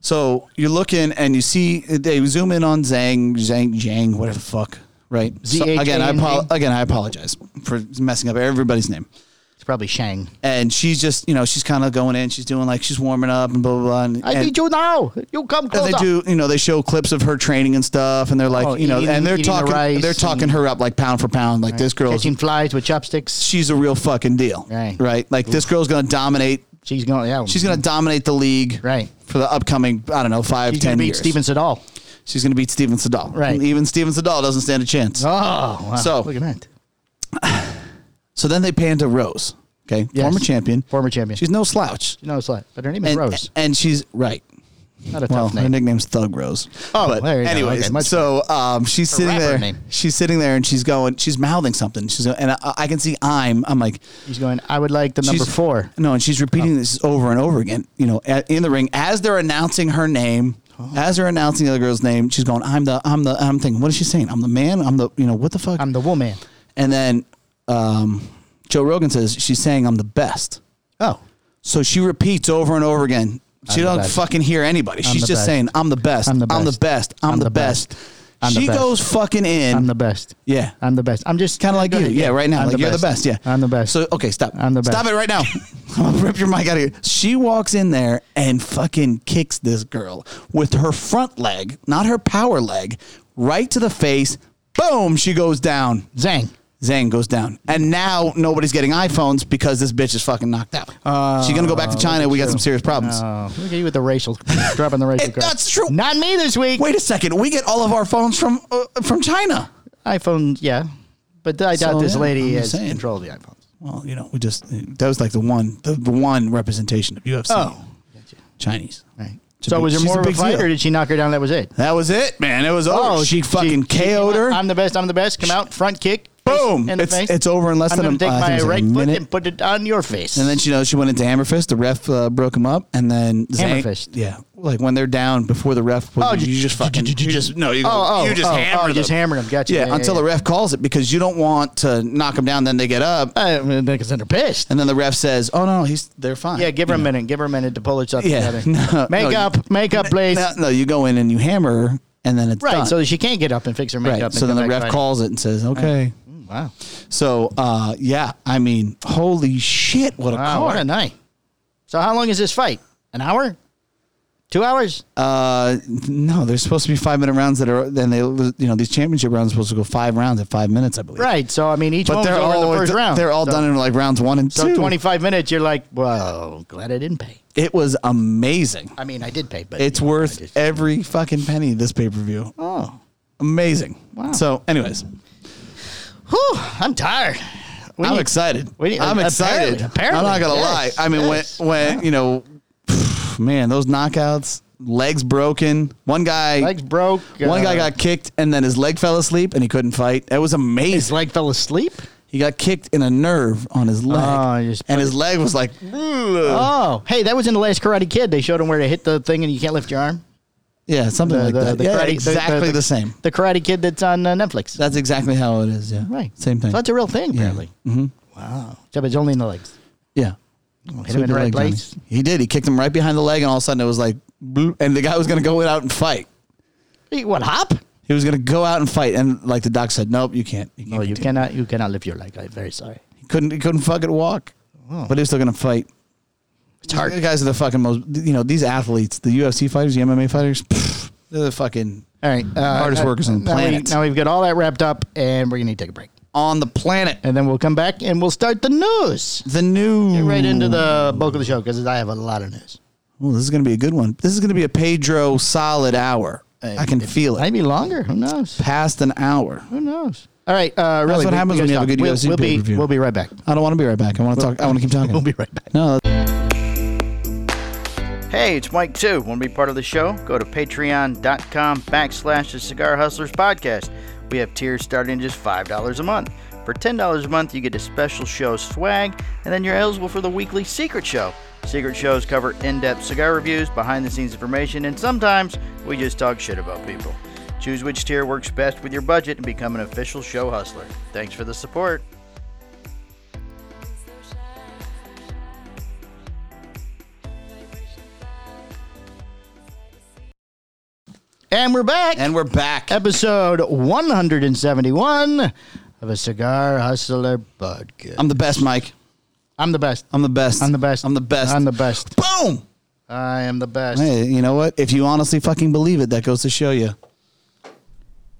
B: So you're looking and you see they zoom in on Zhang, Zhang, Zhang, whatever the fuck, right? So, again, I apo-
A: Z-H-A-N-G?
B: again I apologize for messing up everybody's name.
A: It's probably Shang.
B: and she's just you know she's kind of going in, she's doing like she's warming up and blah blah blah. And,
A: I
B: and-
A: need you now. You come
B: and
A: closer.
B: they do you know they show clips of her training and stuff, and they're like
A: Oh,
B: you know,
A: eating-
B: and they're
A: eating the
B: talking
A: rice
B: they're talking
A: and-
B: her up like pound for pound, like this girl's
A: Catching flies with chopsticks.
B: she's a real fucking deal,
A: Right.
B: Right, like this girl's gonna dominate.
A: She's going. Yeah,
B: She's gonna dominate the league,
A: Right.
B: For the upcoming, I don't know, five,
A: She's
B: ten
A: gonna beat
B: years.
A: Steven Seagal.
B: She's gonna beat Steven Seagal,
A: Right.
B: Even Steven Seagal doesn't stand a chance.
A: Oh, wow.
B: So-
A: look at that.
B: So then they pan to Rose, okay,
A: Yes.
B: former champion.
A: Former champion.
B: She's no slouch,
A: you know, it's like, but her name is
B: and,
A: Rose.
B: and she's right.
A: Not a
B: Well,
A: tough
B: her
A: name.
B: nickname's Thug Rose.
A: Oh, there you go.
B: anyways,
A: Okay, much
B: so um, she's sitting
A: rapper
B: there.
A: name.
B: She's sitting there, and she's going. She's mouthing something. She's going, and I, I can see I'm. I'm like
A: She's going. I would like the number
B: she's-
A: four.
B: No, and she's repeating this over and over again. You know, at, in the ring as they're announcing her name,
A: Oh.
B: as they're announcing the other girl's name, she's going, "I'm the, I'm the." I'm thinking, what is she saying? I'm the man. I'm the. You know, what the fuck?
A: I'm the woman.
B: and then um, Joe Rogan says she's saying, "I'm the best."
A: Oh,
B: So she repeats over and over again.
A: I'm
B: She
A: the
B: doesn't
A: best.
B: fucking hear anybody. She's
A: the
B: just
A: best.
B: saying, "I'm the best. I'm the best. I'm the best. I'm, the best."
A: I'm the
B: she
A: best.
B: goes fucking in.
A: I'm the best.
B: Yeah.
A: I'm the best. I'm just
B: kind of like
A: Go
B: you.
A: ahead,
B: Yeah, right now.
A: I'm
B: like you're the best. Yeah.
A: I'm the best.
B: So okay, stop.
A: I'm the best.
B: Stop it right now. *laughs* I'm gonna rip your mic out of here. She walks in there and fucking kicks this girl with her front leg, not her power leg, right to the face. Boom, she goes down.
A: Zang.
B: Zang goes down. And now nobody's getting iPhones because this bitch is fucking knocked out. She's gonna go back to China. We got some serious problems.
A: Oh, look at you with the racial dropping the racial.
B: Uh, It-
A: card.
B: that's true.
A: Not me this week.
B: Wait a second. We get all of our phones from uh, from China.
A: iPhone. Yeah, but I doubt
B: So,
A: this
B: yeah,
A: lady
B: I'm just
A: has
B: saying.
A: control of the iPhones.
B: Well, you know, we just that was like the one the, the one representation of UFC.
A: Oh.
B: Chinese.
A: Right.
B: She's
A: So
B: a-
A: was there
B: she's
A: more
B: a
A: of a
B: big
A: fight,
B: deal.
A: or did she knock her down? That was it. Oh,
B: That was it, man. It was over. She, fucking KO'd her.
A: I'm the best. I'm the best. Come out front kick. fist
B: Boom.
A: In the
B: It's-
A: face.
B: it's over in less
A: I'm
B: than a-
A: gonna
B: I think
A: take
B: it's
A: my
B: like a
A: right foot
B: minute.
A: and put it on your face.
B: and then she knows she went into Hammerfist. The ref uh, broke him up, and then Zang-
A: Hammerfist.
B: Yeah, like when they're down before the ref.
A: Oh,
B: you,
A: ju-
B: you just fucking. You just no. You, go,
A: oh, oh,
B: you just
A: oh,
B: hammer
A: oh,
B: them.
A: just hammer them. Gotcha.
B: Yeah,
A: Yeah, yeah,
B: until the ref calls it because you don't want to knock them down. Then they get up,
A: I mean, because they're pissed.
B: and then the ref says, "Oh no, he's they're fine."
A: Yeah, give her a minute. Give her a minute to pull herself
B: Yeah,
A: together.
B: *laughs* no,
A: make
B: no,
A: up, make up, please.
B: No, no, you go in and you hammer, her, and then it's
A: right,
B: done.
A: so she can't get up and fix her makeup.
B: right.
A: and
B: So then
A: come
B: the
A: back
B: ref
A: Friday.
B: calls it and says, "Okay."
A: Wow,
B: So uh, yeah, I mean, holy shit, what a
A: wow, what
B: card!
A: a night. So how long is this fight? An hour? Two hours?
B: Uh, no, there's supposed to be five minute rounds that are. Then they, you know, these championship rounds are supposed to go five rounds at five minutes, I believe.
A: right. So I mean, each
B: but
A: one was
B: they're
A: over
B: all
A: in the first round.
B: they're all
A: so,
B: done in like rounds one and
A: So
B: two.
A: twenty five minutes. You're like, whoa, glad I didn't pay.
B: It was amazing.
A: I mean, I did pay, but
B: It's
A: you know, I
B: worth
A: just-
B: every fucking penny. This pay per view,
A: oh,
B: amazing. Wow. So, anyways,
A: Whew, I'm tired. We
B: I'm
A: need-
B: excited.
A: we need-
B: I'm
A: apparently-
B: excited.
A: apparently,
B: I'm not gonna
A: yes,
B: lie. I mean,
A: yes.
B: when when you know, *sighs* man, those knockouts, legs broken. One guy,
A: Legs broke.
B: One guy
A: uh,
B: got kicked and then his leg fell asleep and he couldn't fight. That was
A: his
B: amazing.
A: leg fell asleep.
B: He got kicked in a nerve on his leg.
A: Oh, you just
B: and
A: put
B: his leg was like,
A: Oh, hey, that was in the last Karate Kid. They showed him where to hit the thing, and you can't lift your arm.
B: yeah, something
A: Uh,
B: like that. yeah, exactly the, same.
A: The Karate Kid that's on uh, Netflix.
B: That's exactly how it is. Yeah.
A: right.
B: Same thing.
A: So that's a real thing, apparently. Mm-hmm. Wow. Except it's only in the legs.
B: yeah.
A: Hit him in the right place.
B: He did. He kicked him right behind the leg and all of a sudden it was like, boop, and the guy was going to go out and fight.
A: Hey, What hop? Oh,
B: He was going to go out and fight. And like the doc said, nope, you can't. You can't
A: No, you
B: continue."
A: cannot. You cannot lift your leg. I'm very sorry.
B: He couldn't, he couldn't fucking walk.
A: Oh.
B: But he was still going to fight. It's hard. The guys are the fucking most, you know, these athletes, the UFC fighters, the MMA fighters, pff, they're the fucking
A: All right. Uh,
B: Hardest
A: uh,
B: workers on the
A: now we-
B: planet.
A: now we've got all that wrapped up, and we're gonna need to take a break,
B: on the planet.
A: and then we'll come back and we'll start the news.
B: The new.
A: Get right into the bulk of the show because I have a lot of news.
B: Oh, this is going to be a good one. This is going to be a Pedro solid hour. I can feel it.
A: Maybe longer. Who knows?
B: Past an hour.
A: Who knows? All right. Uh, really,
B: what
A: we-
B: happens
A: we
B: when you
A: gotta
B: have a good
A: stop. we'll,
B: UFC
A: we'll be,
B: pay-per-view.
A: We'll be right back.
B: I don't want to be right back. I want to talk. I want to keep talking.
A: We'll be right back.
B: No,
A: Hey, it's Mike too. Want to be part of the show? Go to patreon.com backslash the Cigar Hustlers podcast. We have tiers starting just $5 a month. For $10 a month, you get a special show swag, and then you're eligible for the weekly secret show. Secret shows cover in depth cigar reviews, behind the scenes information, and sometimes we just talk shit about people. Choose which tier works best with your budget and become an official show hustler. Thanks for the support. And we're back.
B: and we're back.
A: episode 171 of a Cigar Hustler podcast.
B: I'm the best, Mike.
A: I'm the best.
B: I'm the best.
A: I'm the best.
B: I'm the best.
A: I'm the best.
B: Boom.
A: I am the best.
B: Hey, you know what? If you honestly fucking believe it, that goes to show you.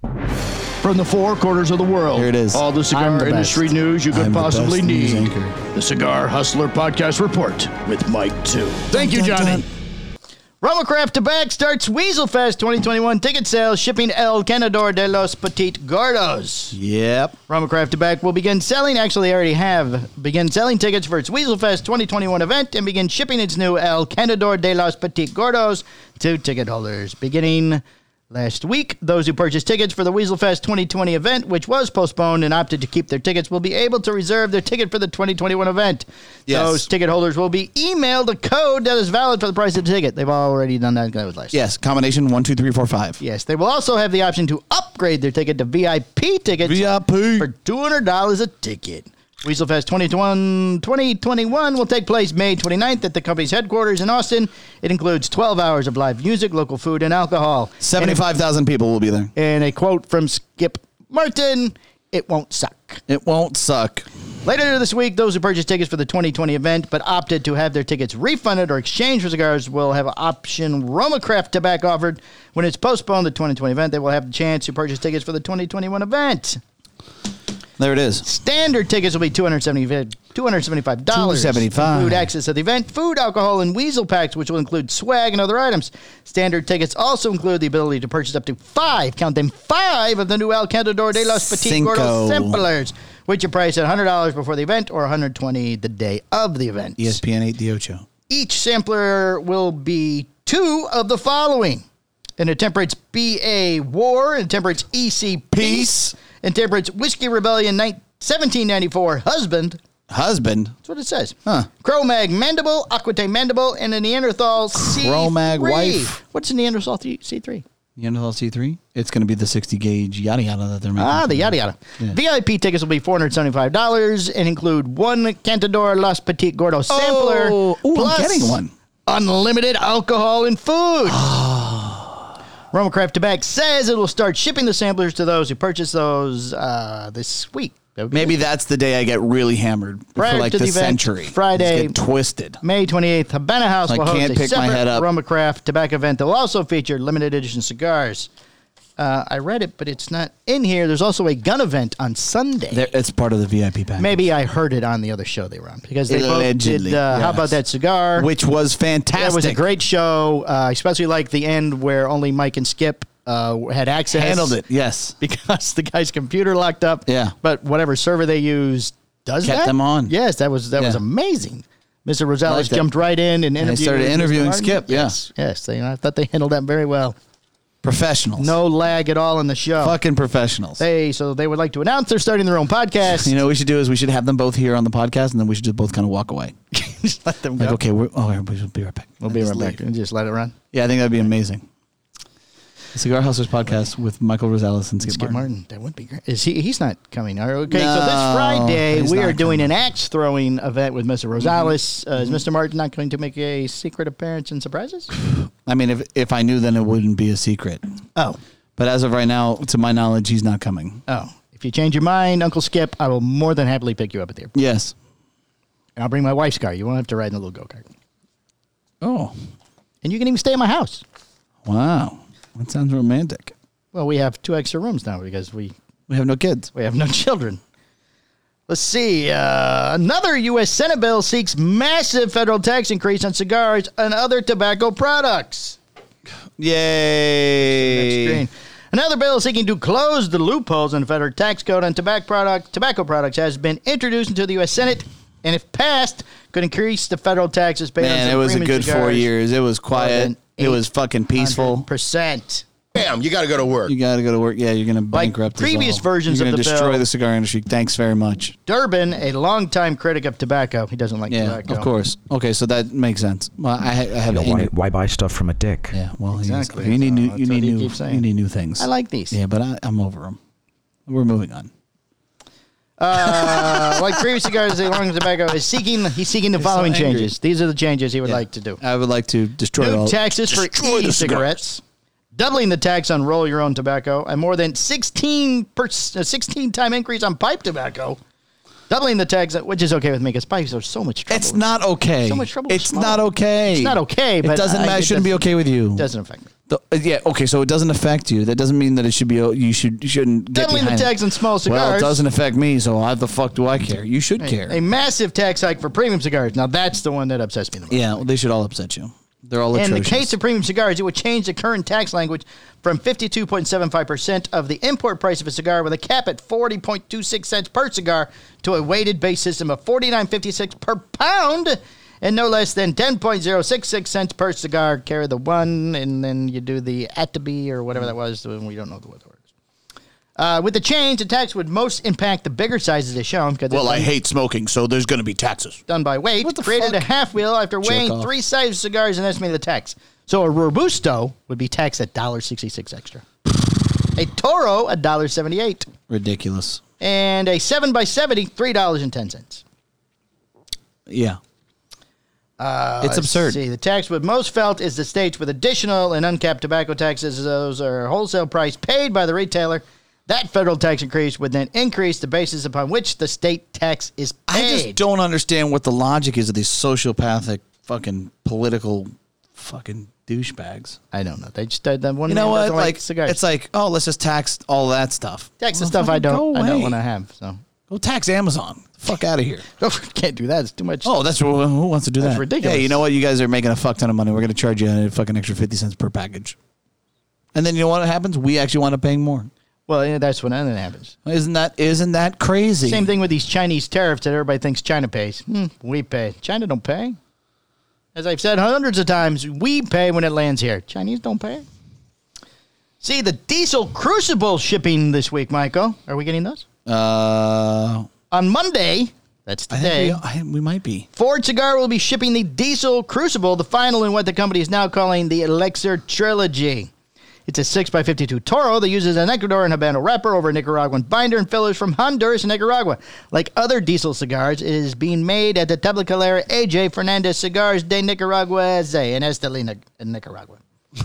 A: From the four quarters of the world.
B: Here it is.
A: All the
B: I'm
A: cigar
B: the
A: industry
B: best.
A: news you could
B: I'm the
A: possibly
B: best news
A: need.
B: anchor.
A: The Cigar Hustler Podcast Report with Mike 2. Thank you,
B: Dun, dun,
A: Johnny.
B: dun.
A: Rumblecraft Tobacco starts Weasel Fest 2021 ticket sales shipping El Canador de los Petit Gordos.
B: Yep.
A: Rumblecraft Tobacco will begin selling, actually, they already have, begin selling tickets for its Weasel Fest 2021 event and begin shipping its new El Canador de los Petit Gordos to ticket holders. Beginning last week, those who purchased tickets for the Weasel Fest 2020 event, which was postponed and opted to keep their tickets, will be able to reserve their ticket for the 2021 event.
B: Yes.
A: Those ticket holders will be emailed a code that is valid for the price of the ticket. They've already done that. That was last
B: Yes. Combination one, two, three, four, five.
A: Yes, they will also have the option to upgrade their ticket to VIP tickets
B: VIP.
A: for $200 a ticket. Weaselfest 2021 2021 will take place May 29th at the company's headquarters in Austin. It includes 12 hours of live music, local food, and alcohol.
B: Seventy-five thousand people will be there.
A: And a, and a quote from Skip Martin It won't suck.
B: It won't suck.
A: Later this week, those who purchased tickets for the 2020 event but opted to have their tickets refunded or exchanged for cigars will have option Romacraft tobacco offered. When it's postponed the 2020 event, they will have the chance to purchase tickets for the 2021 event.
B: There it is.
A: Standard tickets will be $275.
B: $275.
A: Include access to the event, food, alcohol, and weasel packs, which will include swag and other items. Standard tickets also include the ability to purchase up to five, count them five, of the new El Cantador de los Petit
B: Cinco.
A: Gordos Samplers, which are priced at $100 before the event or $120 the day of the event.
B: ESPN eight Diocho.
A: Each sampler will be two of the following. An Intemperance BA War, E an Intemperance EC
B: Peace.
A: Intemperance Whiskey Rebellion 9- 1794 Husband.
B: Husband.
A: That's what it says.
B: Huh.
A: Cro-Mag Mandible, Aquitaine Mandible, and a Neanderthal C3.
B: Cro-Mag wife.
A: What's a Neanderthal three- C3?
B: Neanderthal C three. It's going to be the sixty gauge yada yada that they're making.
A: Ah, the yada yada. VIP tickets will be $475 and include one Cantador Las Petit Gordo sampler.
B: Oh, ooh, I'm getting one.
A: Unlimited alcohol and
B: *gasps*
A: food. Roma Craft Tobacco says it will start shipping the samplers to those who purchase those uh, this week. That would be
B: Maybe that's the day I get really hammered
A: Prior
B: for like
A: to the
B: the,
A: event,
B: century.
A: Friday.
B: Just get twisted.
A: May 28th, Habana House
B: I
A: will
B: can't
A: host a
B: pick my head
A: separate
B: up.
A: Aroma Craft tobacco event that will also feature limited edition cigars. Uh, I read it, but it's not in here. There's also a gun event on Sunday.
B: There, it's part of the VIP package,
A: Maybe I heard it on the other show they were on because they both
B: Allegedly,
A: did. Uh, How
B: yes.
A: about that cigar?
B: which was fantastic.
A: that was a great show, uh, especially like the end where only Mike and Skip uh, had access.
B: handled it. Yes,
A: *laughs* because the guy's computer locked up.
B: Yeah.
A: But whatever server they used does
B: Kept
A: that?
B: them on.
A: Yes, that was that was
B: Yeah.
A: amazing. Mr.
B: I
A: Rosales
B: liked it.
A: jumped right in and interviewed.
B: started
A: Mr.
B: interviewing
A: Martin.
B: Skip, yeah.
A: Yes, yes. They, I thought they handled that very well.
B: professionals.
A: No lag at all in the show.
B: fucking professionals.
A: They so they would like to announce they're starting their own podcast.
B: *laughs* You know, what we should do is we should have them both here on the podcast, and then we should just both kind of walk away.
A: *laughs* just let them go.
B: Like, okay, we're oh, everybody's- we'll be right back.
A: We'll be right back and just let it run.
B: Yeah, I think that'd be amazing. The Cigar Hustlers podcast with Michael Rosales and Skip,
A: Skip
B: Martin.
A: Martin, that would be great. Is he? He's not coming. are- Okay, so
B: No,
A: this Friday
B: he's
A: we
B: not Mm-hmm.
A: are doing an axe throwing event with Mr. Rosales. Uh, is Mr. Martin not going to make a secret appearance and surprises?
B: I mean, if if I knew, then it wouldn't be a secret.
A: Oh,
B: But as of right now, to my knowledge, he's not coming.
A: Oh, if you change your mind, Uncle Skip, I will more than happily pick you up at the airport.
B: Yes.
A: And I'll bring my wife's car. You won't have to ride in the little go kart.
B: Oh,
A: And you can even stay at my house.
B: wow. That sounds romantic.
A: Well, we have two extra rooms now because we,
B: We have no kids.
A: we have no *laughs* children. Let's see. Uh, another U.S. Senate bill seeks massive federal tax increase on cigars and other tobacco products. Next
B: Yay!
A: screen. Another bill seeking to close the loopholes in the federal tax code on tobacco products, tobacco products has been introduced into the U.S. Senate, and if passed, could increase the federal taxes paid on
B: Man, it was a
A: premium
B: good four
A: cigars
B: years. It was quiet.
A: than
B: It was fucking peaceful.
A: Percent.
D: Bam, you got to go to work.
B: You got to go to work. Yeah, you're going to
A: Like
B: bankrupt. us
A: previous
B: all.
A: versions
B: you're
A: of
B: gonna
A: the
B: destroy
A: bill.
B: the cigar industry. Thanks very much.
A: Durbin, a longtime critic of tobacco, he doesn't like
B: Yeah,
A: tobacco.
B: of course. Okay, so that makes sense. Well, I, ha- I have
E: Yeah, why,
B: anger.
E: why buy stuff from a dick?
B: Yeah, well, yes.
A: Exactly.
B: You need
A: So
B: new.
A: that's
B: You
A: what
B: need
A: he
B: new.
A: keeps saying.
B: You need new things.
A: I like these.
B: Yeah, but I, I'm over them. We're moving on.
A: Uh, like previous cigars, the long tobacco is seeking. He's seeking the following
B: angry.
A: changes. These are the changes he would like to do.
B: I would like to destroy
A: New
B: all.
A: taxes for
B: Destroy the
A: e-cigarettes, doubling the tax on roll your own uh, tobacco, and more than 16 per, 16 time increase on pipe tobacco. Doubling the tags, which is okay with me because pipes are so much trouble.
B: It's not okay.
A: So much trouble with
B: It's
A: small.
B: not okay.
A: It's not okay, but
B: it doesn't
A: I-
B: matter.
A: it
B: It shouldn't be
A: doesn't-
B: okay with you.
A: doesn't affect me.
B: The- uh, yeah. Okay. So it doesn't affect you. That doesn't mean that it should be. o- You should. You shouldn't get
A: Doubling the
B: behind it.
A: tags on small cigars.
B: Well, it doesn't affect me. So how the fuck do I care? You should care.
A: A massive tax hike for premium cigars. Now that's the one that upsets me the most.
B: yeah. Well, they should all upset you. They're all
A: In the
B: atrocious.
A: case of premium cigars, it would change the current tax language from 52.75% of the import price of a cigar with a cap at 40.26 cents per cigar to a weighted base system of 49.56 per pound and no less than 10.066 cents per cigar. Carry the one, and then you do the Ataby or whatever that was. We don't know what the word is. Uh, with the change, the tax would most impact the bigger sizes as shown. 'cause it's
B: well, I
A: un-
B: hate smoking, so there's going to be taxes.
A: done by weight,
B: What the
A: created
B: fuck?
A: a half wheel after weighing
B: off.
A: three sizes of cigars and estimated the tax. So a Robusto would be taxed at $1.66 extra. A Toro, $1.78.
B: Ridiculous.
A: And a 7x70, $3.10.
B: Yeah.
A: Uh,
B: it's absurd.
A: See, the tax would most felt is the states with additional and uncapped tobacco taxes. Those are wholesale price paid by the retailer. That federal tax increase would then increase the basis upon which the state tax is
B: I
A: paid.
B: just don't understand what the logic is of these sociopathic fucking political fucking douchebags.
A: I don't know. They just that that one
B: You know
A: man
B: what?
A: doesn't
B: Like,
A: like, cigars.
B: it's like, oh, let's just tax all that stuff.
A: tax the
B: Well,
A: stuff I
B: fucking
A: don't
B: go
A: I don't
B: away.
A: want to have. So
B: Go tax Amazon. Fuck out of here.
A: *laughs* can't do that. It's too much.
B: Oh, that's who who wants to do
A: That's
B: that?
A: ridiculous.
B: Hey, you know what? You guys are making a fuck ton of money. We're going to charge you a fucking extra fifty cents per package. And then you know what happens? We actually wind up paying more.
A: well, yeah, that's when that happens.
B: Isn't that isn't that crazy?
A: Same thing with these Chinese tariffs that everybody thinks China pays. Hmm, we pay. China don't pay. As I've said hundreds of times, we pay when it lands here. Chinese don't pay. See the diesel crucible shipping this week, Michael. Are we getting those
B: Uh,
A: on Monday? That's
B: I think
A: today.
B: we, I, we might be.
A: Ford Cigar will be shipping the Diesel Crucible, the final in what the company is now calling the Elixir Trilogy. It's a 6x52 Toro that uses an Ecuador and Habano wrapper over a Nicaraguan binder and fillers from Honduras and Nicaragua. Like other diesel cigars, it is being made at the Tabacalera AJ Fernandez Cigars de Nicaragua in Esteli, Nicaragua. *laughs*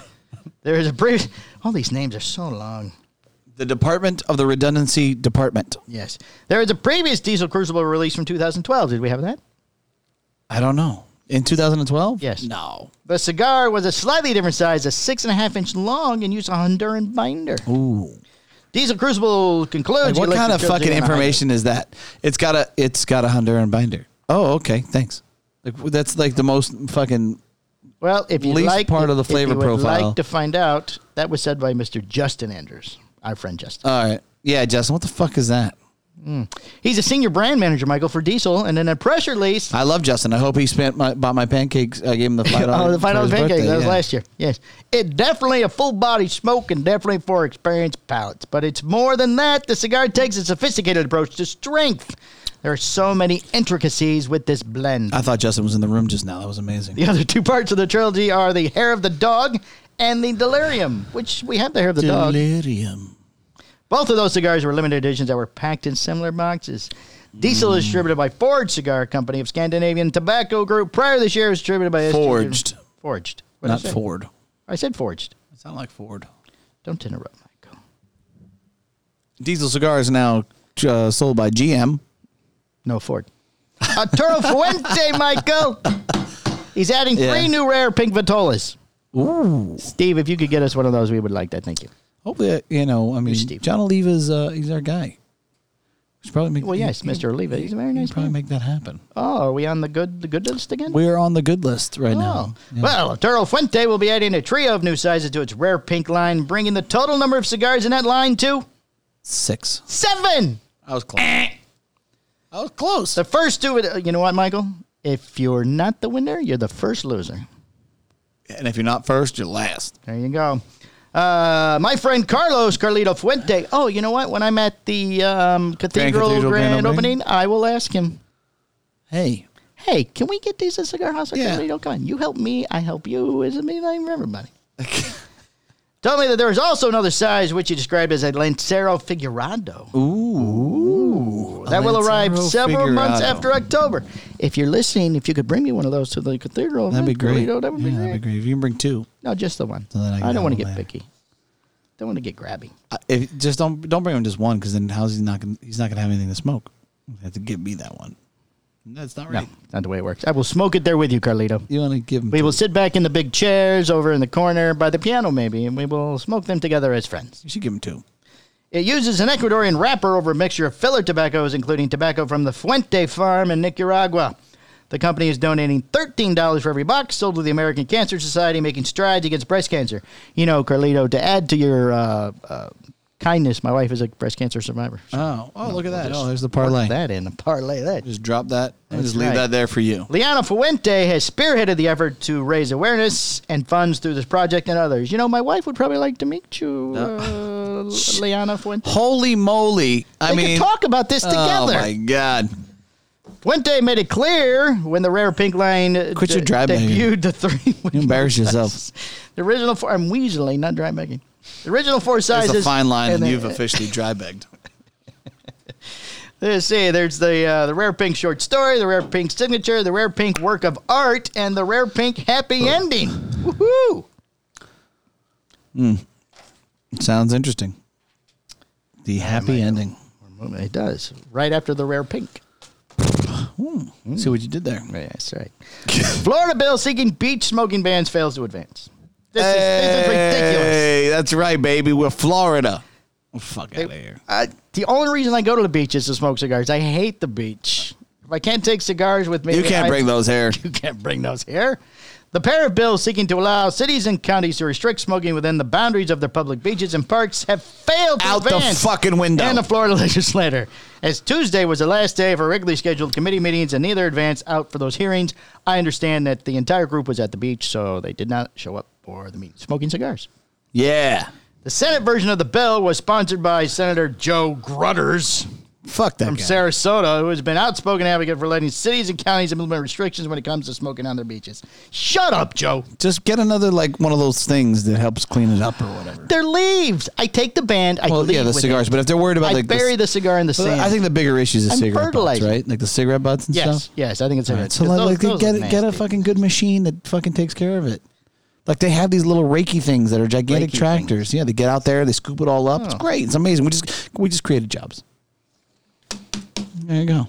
A: there is a brief. All these names are so long.
B: The Department of the Redundancy Department.
A: Yes. There is a previous Diesel Crucible release from 2012. Did we have that?
B: I don't know. In 2012?
A: Yes.
B: No.
A: The cigar was a slightly different size, a six and a half inch long, and used a Honduran binder.
B: Ooh.
A: Diesel Crucible concludes.
B: Like, what
A: the
B: kind of
A: electric
B: fucking
A: trilogy on a
B: information is that? It's got a it's got a Honduran binder. Oh, okay. Thanks. Like w- that's like the most fucking
A: Honduran. Well, if you
B: least
A: like
B: part of the
A: if
B: flavor
A: you would
B: profile.
A: like to find out, that was said by Mr. Justin Andrews, our friend Justin.
B: All right. Yeah, Justin, what the fuck is that?
A: He's a senior brand manager, Michael, for Diesel, and in a press release,
B: I love Justin. I hope he spent my bought my pancakes. I gave him the
A: *laughs*
B: five
A: oh,
B: dollars.
A: the
B: for
A: final
B: his
A: pancake
B: birthday,
A: that was
B: yeah.
A: last year. Yes, it definitely a full body smoke and definitely for experienced palates, but it's more than that. The cigar takes a sophisticated approach to strength. There are so many intricacies with this blend.
B: I thought Justin was in the room just now. That was amazing.
A: The other two parts of the trilogy are the hair of the dog and the delirium, which we have the hair of the dog.
B: Delirium.
A: Both of those cigars were limited editions that were packed in similar boxes. Diesel
B: Hmm.
A: is distributed by Forged Cigar Company of Scandinavian Tobacco Group. Prior to this year, it was distributed by SG
B: Forged.
A: Forged. What
B: Not
A: I say?
B: Ford.
A: I said forged.
B: It sound like Ford.
A: Don't interrupt, Michael.
B: Diesel cigars now uh, sold by GM.
A: No Ford. Arturo
B: *laughs*
A: Fuente, Michael. He's adding
B: Yeah.
A: three new rare pink vitolas.
B: Ooh.
A: Steve, if you could get us one of those, we would like that. Thank you.
B: Hopefully, uh, you know. I mean,
A: Steve.
B: John Oliva's uh, he's our guy. Should probably make.
A: Well, yes,
B: he-
A: Mr. Oliva. He's a very
B: he
A: nice
B: Probably
A: man.
B: make that happen.
A: Oh, are we on the good the good list again?
B: We're on the good list right now.
A: Oh. Well, Toro Fuente will be adding a trio of new sizes to its rare pink line, bringing the total number of cigars in that line to
B: Six.
A: seven.
B: I was close. I was close.
A: The first two, would- you know what, Michael? If you're not the winner, you're the first loser.
B: And if you're not first, you're last.
A: There you go. Uh, my friend Carlos Carlito Fuente. Oh, you know what? When I'm at the um, Cathedral Grand,
B: Cathedral Grand
A: opening,
B: Opening?
A: I will ask him,
B: Hey,
A: hey, can we get these at Cigar House or
B: Yeah.
A: Carlito? Come on, you help me, I help you. Is it me? I'm everybody. *laughs* Tell me that there is also another size which you described as a Lancero Figurado.
B: Ooh.
A: That will arrive several months after
B: I.
A: October. If you're listening, if you could bring me one of those to the cathedral,
B: That'd be
A: man,
B: great.
A: Carlito, that would be
B: Yeah,
A: great.
B: That'd be great. If you can bring two,
A: No, just the one.
B: So then I can
A: I
B: have
A: don't want to
B: one
A: get
B: later.
A: picky. Don't want to get grabby.
B: I- if, just don't don't bring him just one because then how's he not gonna he's not gonna have anything to smoke. You have to give me that one. That's not
A: No,
B: right.
A: not the way it works. I will smoke it there with you, Carlito.
B: You want to give him?
A: We will sit back in the big chairs over in the corner by the piano, maybe, and we will smoke them together as friends.
B: you should give him two.
A: It uses an Ecuadorian wrapper over a mixture of filler tobaccos, including tobacco from the Fuente farm in Nicaragua. The company is donating $13 for every box sold to the American Cancer Society, making strides against breast cancer. You know, Carlito, to add to your uh, uh, kindness, my wife is a breast cancer survivor. So
B: Oh, oh, look at that.
A: just
B: Oh, there's the parlay.
A: That in the parlay that.
B: Just drop that and
A: That's
B: just leave
A: right.
B: that there for you.
A: Liana Fuente has spearheaded the effort to raise awareness and funds through this project and others. You know, my wife would probably like to meet you, uh, Liana Fuente.
B: Holy moly! I
A: They
B: mean,
A: could talk about this
B: oh
A: together.
B: my god.
A: Fuente made it clear when the rare pink line uh,
B: Quit your dry bagging.
A: debuted the three.
B: You embarrass yourself.
A: the original four. I'm weaseling, not dry bagging. The original four
B: It's
A: sizes.
B: a fine line, and
A: the-
B: you've officially dry begged.
A: Let's see. There's the uh, the rare pink short story, the rare pink signature, the rare pink work of art, and the rare pink happy ending. Woohoo!
B: Sounds interesting. The happy ending.
A: It does right after the rare pink. Mm.
B: See what you did there.
A: Yeah, that's
B: *laughs*
A: right. Florida bill seeking beach smoking bans fails to advance. This, is, this is ridiculous.
B: Hey, that's right, baby. We're Florida. Oh, fuck out of here.
A: I, the only reason I go to the beach is to smoke cigars. I hate the beach. If I can't take cigars with me,
B: You can't
A: I-
B: bring those here.
A: *laughs* You can't bring those here. The pair of bills seeking to allow cities and counties to restrict smoking within the boundaries of their public beaches and parks have failed to
B: Out the
A: advance
B: fucking window.
A: And the Florida *laughs* legislator, as Tuesday was the last day for regularly scheduled committee meetings, and neither advanced out for those hearings. I understand that the entire group was at the beach, so they did not show up for the meeting, smoking cigars.
B: Yeah.
A: The Senate version of the bill was sponsored by Senator Joe Grutters
B: Fuck that
A: from
B: guy.
A: Sarasota, who has been outspoken advocate for letting cities and counties implement restrictions when it comes to smoking on their beaches. Shut up, Joe.
B: Just get another like one of those things that helps clean it up or whatever.
A: They're leaves. I take the band. I
B: Well,
A: leave
B: yeah, the
A: with
B: cigars.
A: it.
B: But if they're worried about
A: I
B: like
A: bury the, cigar in the
B: Well,
A: sand.
B: I think the bigger issue is the
A: I'm
B: cigarette butts,
A: fertilizing.
B: right? Like the cigarette butts and
A: yes,
B: stuff.
A: yes, I think it's
B: Right, so like, like, they get a- get a fucking good machine that fucking takes care of it. Like they have these little reiki things that are gigantic
A: Reiki
B: tractors. Yeah, they get out there, they scoop it all up. It's
A: Oh.
B: great. It's amazing. We just we just created jobs. There you go.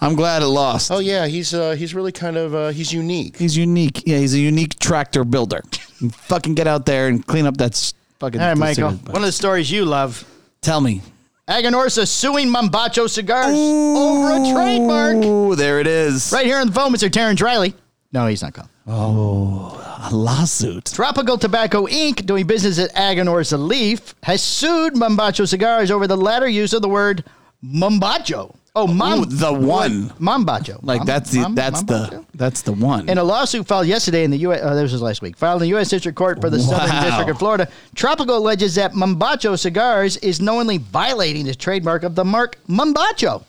B: I'm glad it lost.
D: Oh yeah, he's uh, he's really kind of uh, he's unique.
B: He's unique. Yeah, he's a unique tractor
D: *laughs*
B: builder. You fucking get out there and clean up that s- fucking.
A: All right,
B: the
A: Michael.
B: cigarette butt.
A: One of the stories you love.
B: Tell me.
A: Aganorsa suing Mambacho Cigars over a trademark.
B: Ooh, there it is.
A: Right here on the phone, Mr. Terrence Riley. No, he's not calling.
B: A lawsuit.
A: Tropical Tobacco Inc., doing business at Aganorsa Leaf, has sued Mambacho Cigars over the latter use of the word Mambacho. Oh, Mam-
B: Ooh, the one.
A: Mambacho.
B: Like
A: Mam-
B: that's the
A: Mam-
B: that's the
A: Mambacho?
B: that's the one.
A: In a lawsuit filed yesterday in the U.S., uh, this was last week, filed in the U.S. District Court for the Southern
B: Wow.
A: District of Florida, Tropical alleges that Mambacho Cigars is knowingly violating the trademark of the mark Mambacho.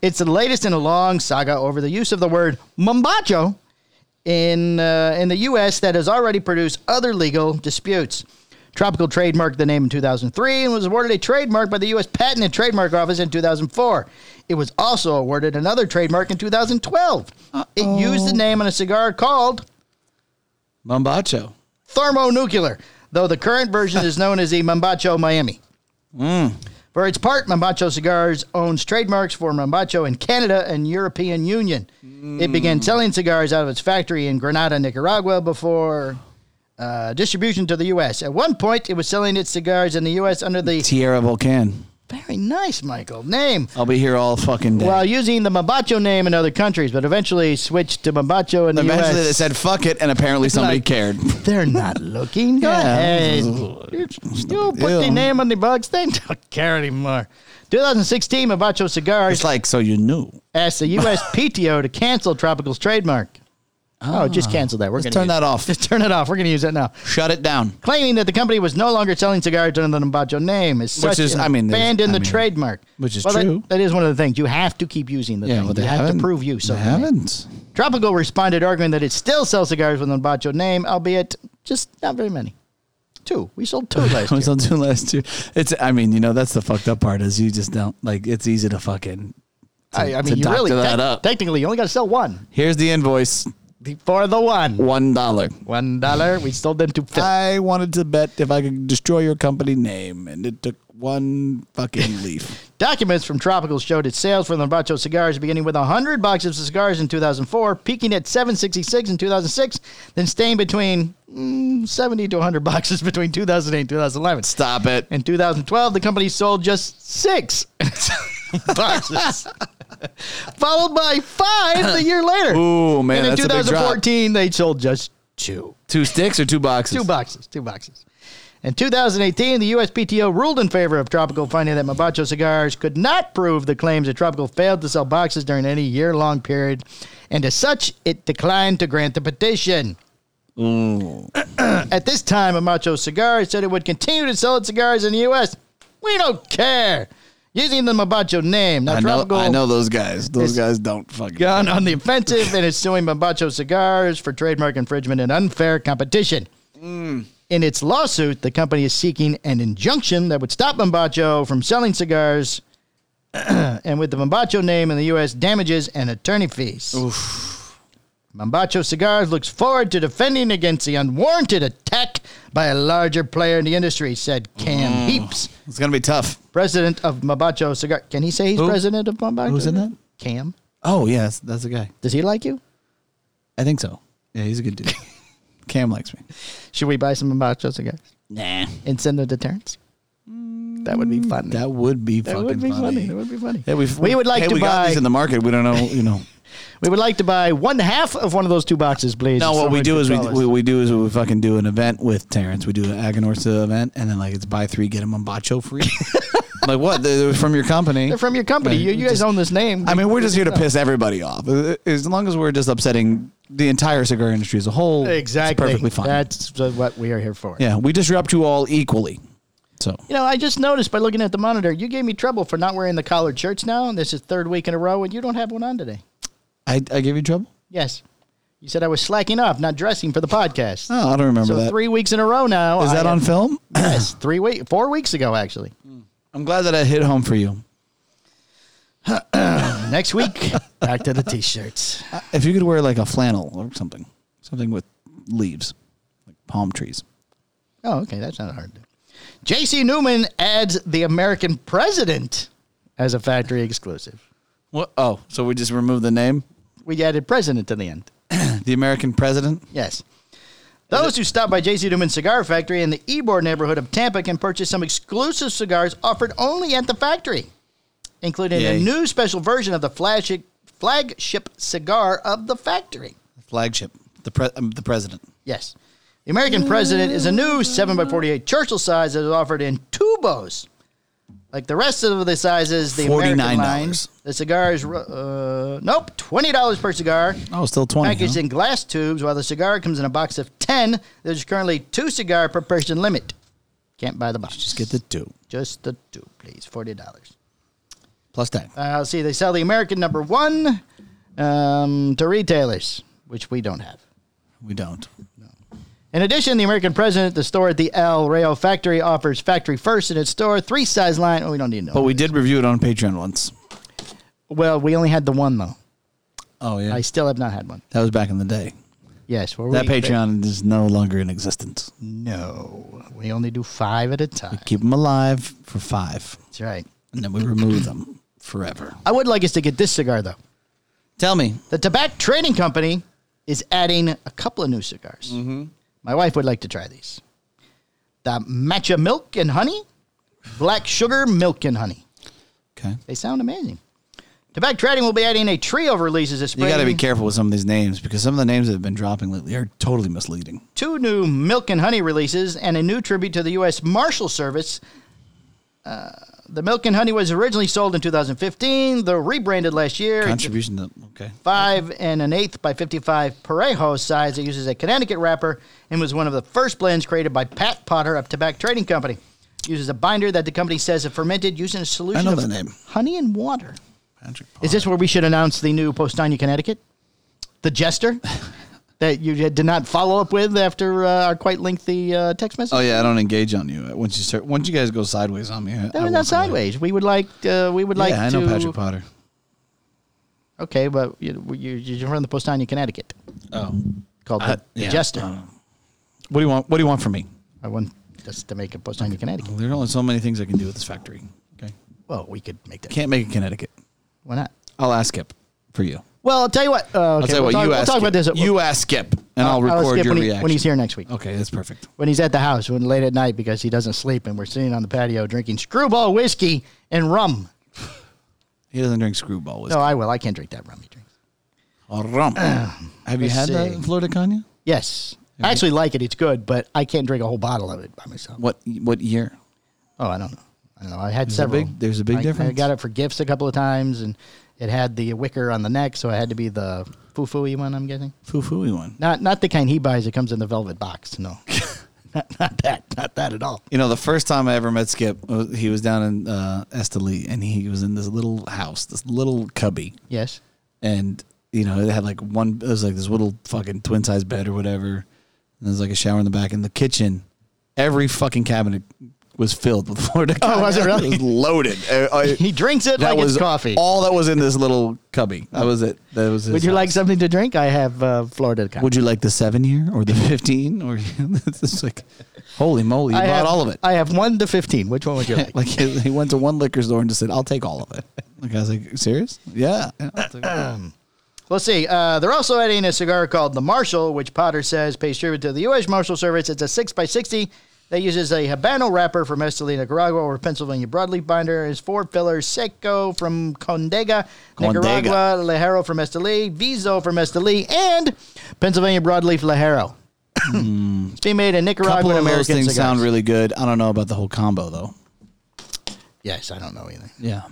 A: It's the latest in a long saga over the use of the word Mambacho in uh, in the U.S. that has already produced other legal disputes. Tropical trademarked the name in 2003 and was awarded a trademark by the U.S. Patent and Trademark Office in 2004. It was also awarded another trademark in 2012. It used the name on a cigar called
B: Mambacho.
A: Thermonuclear, though the current version is known as the Mambacho Miami.
B: Hmm.
A: For its part, Mambacho Cigars owns trademarks for Mambacho in Canada and European Union.
B: Hmm.
A: It began selling cigars out of its factory in Granada, Nicaragua, before uh, distribution to the U.S. At one point, it was selling its cigars in the U.S. under the
B: Tierra Volcan.
A: very nice Michael name.
B: I'll be here all fucking day.
A: While using the Mambacho name in other countries, but eventually switched to Mambacho in the
B: Eventually,
A: U.S.
B: they said "fuck it," and apparently somebody
A: Like-
B: cared.
A: They're
B: *laughs*
A: not looking. Go
B: Yeah.
A: ahead. You
B: It's
A: you put the
B: deal.
A: name on the box. They don't care anymore. 2016, Mabacho Cigars
B: It's like so you knew.
A: asked the
B: *laughs*
A: U.S. PTO to cancel Tropical's trademark. Oh, just cancel that. We're
B: Just
A: going
B: Ah. turn that
A: *laughs*
B: off.
A: Just turn it off. We're going to use that now.
B: Shut it down.
A: Claiming that the company was no longer selling cigars under the Mabacho name is such
B: Which is- I mean, there's-
A: banned in
B: I
A: the
B: mean,
A: trademark.
B: which is
A: Well, that-
B: true.
A: that is one of the things you have to keep using the
B: Yeah,
A: thing.
B: well, they
A: you have to
B: haven't.
A: prove you.
B: They
A: So
B: haven't. *laughs*
A: Tropical responded, arguing that it still sells cigars with the Mabacho name, albeit just not very many. Two. We sold two
B: *laughs*
A: last
B: I
A: year.
B: was on two last year. It's. I mean, you know, that's the fucked up part is you just don't like. It's easy to fucking. To,
A: I, I
B: to
A: mean, you
B: doctor
A: really
B: that
A: tec-
B: up.
A: technically you only got to sell one.
B: Here's the invoice.
A: for the one.
B: One dollar.
A: One dollar. We sold them
B: *laughs*
A: to Phil.
B: I wanted to bet if I could destroy your company name, and it took one *laughs* fucking leaf.
A: Documents from Tropical showed its sales for Lambraccio cigars beginning with 100 boxes of cigars in 2004, peaking at 766 in 2006, then staying between mm, 70 to 100 *laughs* boxes between 2008 and 2011.
B: Stop it.
A: In 2012, the company sold just
B: *laughs*
A: six boxes, followed by five the year later.
B: Ooh, man,
A: And in
B: that's a big drop.
A: 2014, they sold just two.
B: Two sticks or two boxes?
A: Two boxes. Two boxes. In 2018, the USPTO ruled in favor of Tropical, finding that Mabacho cigars could not prove the claims that Tropical failed to sell boxes during any year long period, and as such, it declined to grant the petition.
B: Mm.
A: *clears throat* At this time, Mabacho Cigars said it would continue to sell its cigars in the U.S. We don't care. Using the Mabacho name, now
B: I know.
A: Tropical
B: I know those guys. Those
A: It's-
B: guys don't fucking.
A: gone on the offensive and is suing Bombacho Cigars for trademark infringement and unfair competition.
B: Mm.
A: In its lawsuit, the company is seeking an injunction that would stop Bombacho from selling cigars *clears throat* and with the Bombacho name in the U.S., damages and attorney fees. Oof. Mambacho Cigars looks forward to defending against the unwarranted attack by a larger player in the industry, said Cam
B: Mm.
A: Heaps,
B: It's gonna be tough.
A: president of Mambacho Cigar. Can he say he's president of Mambacho?
B: Who's in that?
A: Cam.
B: Oh yeah, that's, that's a guy.
A: Does he like you?
B: I think so. Yeah, he's a good dude. *laughs* Cam likes me.
A: Should we buy some Mambacho cigars
B: Nah,
A: and send them to Terrence? That would be fun. Mm, That,
B: that would be fucking
A: would be funny.
B: funny.
A: That would be funny.
B: Hey, we've,
A: we would like
B: hey,
A: to
B: we got
A: buy.
B: these in the market. We don't know. You know.
A: we would like to buy one half of one of those two boxes, please.
B: No,
A: if
B: what
A: someone
B: we do
A: could
B: is we,
A: call us.
B: we we do is we fucking do an event with Terrence. We do an Aganorsa event, and then like it's buy three get a mambacho
A: *laughs*
B: free. like what? They're they're from your company.
A: They're from your company.
B: Right,
A: You, you guys
B: just-
A: own this name.
B: I mean, we're just here to piss everybody off. Uh, As long as we're just upsetting the entire cigar industry as a whole, it's
A: exactly.
B: perfectly fine.
A: That's what we are here for.
B: yeah, we disrupt you all equally. So
A: You know, I just noticed by looking at the monitor, you gave me trouble for not wearing the collared shirts now, and this is third week in a row, and you don't have one on today.
B: I, I gave you trouble.
A: Yes, you said I was slacking off, not dressing for the podcast.
B: Oh, I don't remember
A: so
B: that. Is
A: three weeks in a row now. I
B: that on
A: have-
B: film?
A: *clears throat* Yes, three week, four weeks ago actually.
B: I'm glad that I hit home for you.
A: Next week, back to the t-shirts.
B: Uh, If you could wear like a flannel or something, something with leaves, like palm trees.
A: Oh, okay, that's not hard. to do. J.C. Newman adds the American president as a factory exclusive.
B: What? Oh, so we just remove the name, *clears throat*
A: We added president to the end.
B: the American president.
A: Yes. Those who stop by J.C. Newman's Cigar Factory in the Ebor neighborhood of Tampa can purchase some exclusive cigars offered only at the factory, including a
B: Yay.
A: new special version of the flagship, flagship cigar of the factory.
B: flagship, the pre- um, the president.
A: Yes. The American President is a new 7x48 Churchill size that is offered in tubos. Like the rest of the sizes, the American line,
B: $49.
A: the cigars, uh, nope, $20 per cigar,
B: Oh, still twenty.
A: packaged
B: Huh?
A: in glass tubes, while the cigar comes in a box of 10. There's currently two cigar per person limit. Can't buy the box.
B: Just get the two
A: Just the two, please, $40.
B: plus tax.
A: Uh, let's see, they sell the American number one um, to retailers, which we don't have.
B: We don't.
A: In addition, the American president, the store at the El Rayo factory offers factory first in its store, three size line. Oh, we don't need to
B: But
A: know.
B: we did review it on Patreon once.
A: well, we only had the one though.
B: Oh yeah,
A: I still have not had one.
B: that was back in the day.
A: Yes, were
B: That
A: we-
B: Patreon is no longer in existence.
A: No, we only do five at a time.
B: Keep them alive for five,
A: That's right.
B: and then we remove them forever.
A: I would like us to get this cigar though.
B: Tell me,
A: The Tobacco Trading Company is adding a couple of new cigars.
B: Mm-hmm.
A: My wife would like to try these: the matcha milk and honey, black sugar milk and honey.
B: okay?
A: They sound amazing. Tobacco Trading will be adding a trio of releases this
B: You
A: spring.
B: got to be careful with some of these names because some of the names that have been dropping lately are totally misleading.
A: two new Milk and Honey releases, and a new tribute to the U.S. Marshal Service. Uh, the Milk and Honey was originally sold in 2015. They're rebranded last year. It's a
B: Contribution to okay.
A: Five and an eighth by 55 Parejo size that uses a Connecticut wrapper and was one of the first blends created by Pat Potter of Tobacco Trading Company. Uses a binder that the company says is fermented using a solution
B: know
A: of
B: that name.
A: honey and water.
B: Patrick
A: Is this where we should announce the new Postania, Connecticut? The jester
B: *laughs*
A: that you did not follow up with after uh, our quite lengthy uh, text message?
B: Oh yeah, I don't engage on you Uh, once you start. Once you guys go sideways on me, I- I
A: That was
B: walk
A: not
B: away.
A: sideways. We would like uh, we would like
B: yeah, I
A: to
B: know Patrick Potter.
A: Okay, but you, you, you're from the Postania, Connecticut,
B: Oh,
A: called
B: Uh,
A: the, the
B: yeah,
A: Jester.
B: what do you want? What do you want from me?
A: I want us to make a Postania, Connecticut.
B: There are only so many things I can do with this factory. Okay,
A: Well, we could make that.
B: can't make it Connecticut.
A: Why not?
B: I'll ask Skip for you.
A: Well, I'll tell you what. Uh, okay,
B: I'll tell you
A: we'll
B: what.
A: talk,
B: you
A: we'll
B: ask
A: talk
B: Skip.
A: about this.
B: You ask Skip, and I'll
A: ask
B: record
A: Skip
B: your
A: when, he-
B: reaction
A: when he's here next week.
B: Okay, that's perfect.
A: When he's at the house, when late at night because he doesn't sleep, and we're sitting on the patio drinking screwball whiskey and rum.
B: He doesn't drink screwball whiskey.
A: No, I will. I can't drink that rum he drinks. *clears throat*
B: Or rum. Have you
A: Let's
B: had that
A: see.
B: in Florida Kanye?
A: Yes, I actually like it. It's good, but I can't drink a whole bottle of it by myself.
B: What what year?
A: Oh, I don't know. I don't know. I had several.
B: big- there's a big
A: I- I
B: difference.
A: got it for gifts a couple of times, and it had the wicker on the neck, so I had to be the foo fooey one. I'm guessing.
B: Foo fooey one.
A: Not not the kind he buys. It comes in the velvet box.
B: *laughs*
A: No, not, not that. Not that at all.
B: You know, the first time I ever met Skip, uh, he was down in uh, Esteli, and he was in this little house, this little cubby,
A: Yes.
B: and you know, it had like one. It was like this little fucking twin size bed or whatever. And there's like a shower in the back, and the kitchen, every fucking cabinet was filled with *laughs* Florida.
A: Oh, was it
B: cognac.
A: really? *laughs*
B: was loaded. Uh, I-
A: He drinks it
B: that
A: like
B: was
A: it's coffee.
B: All that was in this little cubby. That was it. That was. His
A: Would you
B: house.
A: like something to drink? I have uh, Florida. Cognac.
B: Would you like the seven year or the fifteen or *laughs* it's like, holy moly, you
A: I
B: bought
A: have,
B: all of it.
A: I have one to fifteen. Which one would
B: *laughs*
A: you like?
B: like he, he went to one liquor store and just said, "I'll take all of it." Like I was like, "Serious? Yeah." yeah, I'll take all of it."
A: Let's see. Uh, they're also adding a cigar called the Marshall, which Potter says pays tribute to the U.S. Marshal Service. It's a 6x60 that uses a Habano wrapper from Esteli, Nicaragua, or Pennsylvania broadleaf binder. It's four fillers Seco from Condega, Nicaragua, Lejero from Esteli, Viso from Esteli, and Pennsylvania broadleaf Lejero. it's being made in
B: Hmm. Couple
A: Nicaraguan
B: of those
A: American
B: things
A: cigars.
B: sound really good. I don't know about the whole combo though.
A: yes, I don't know either.
B: Yeah,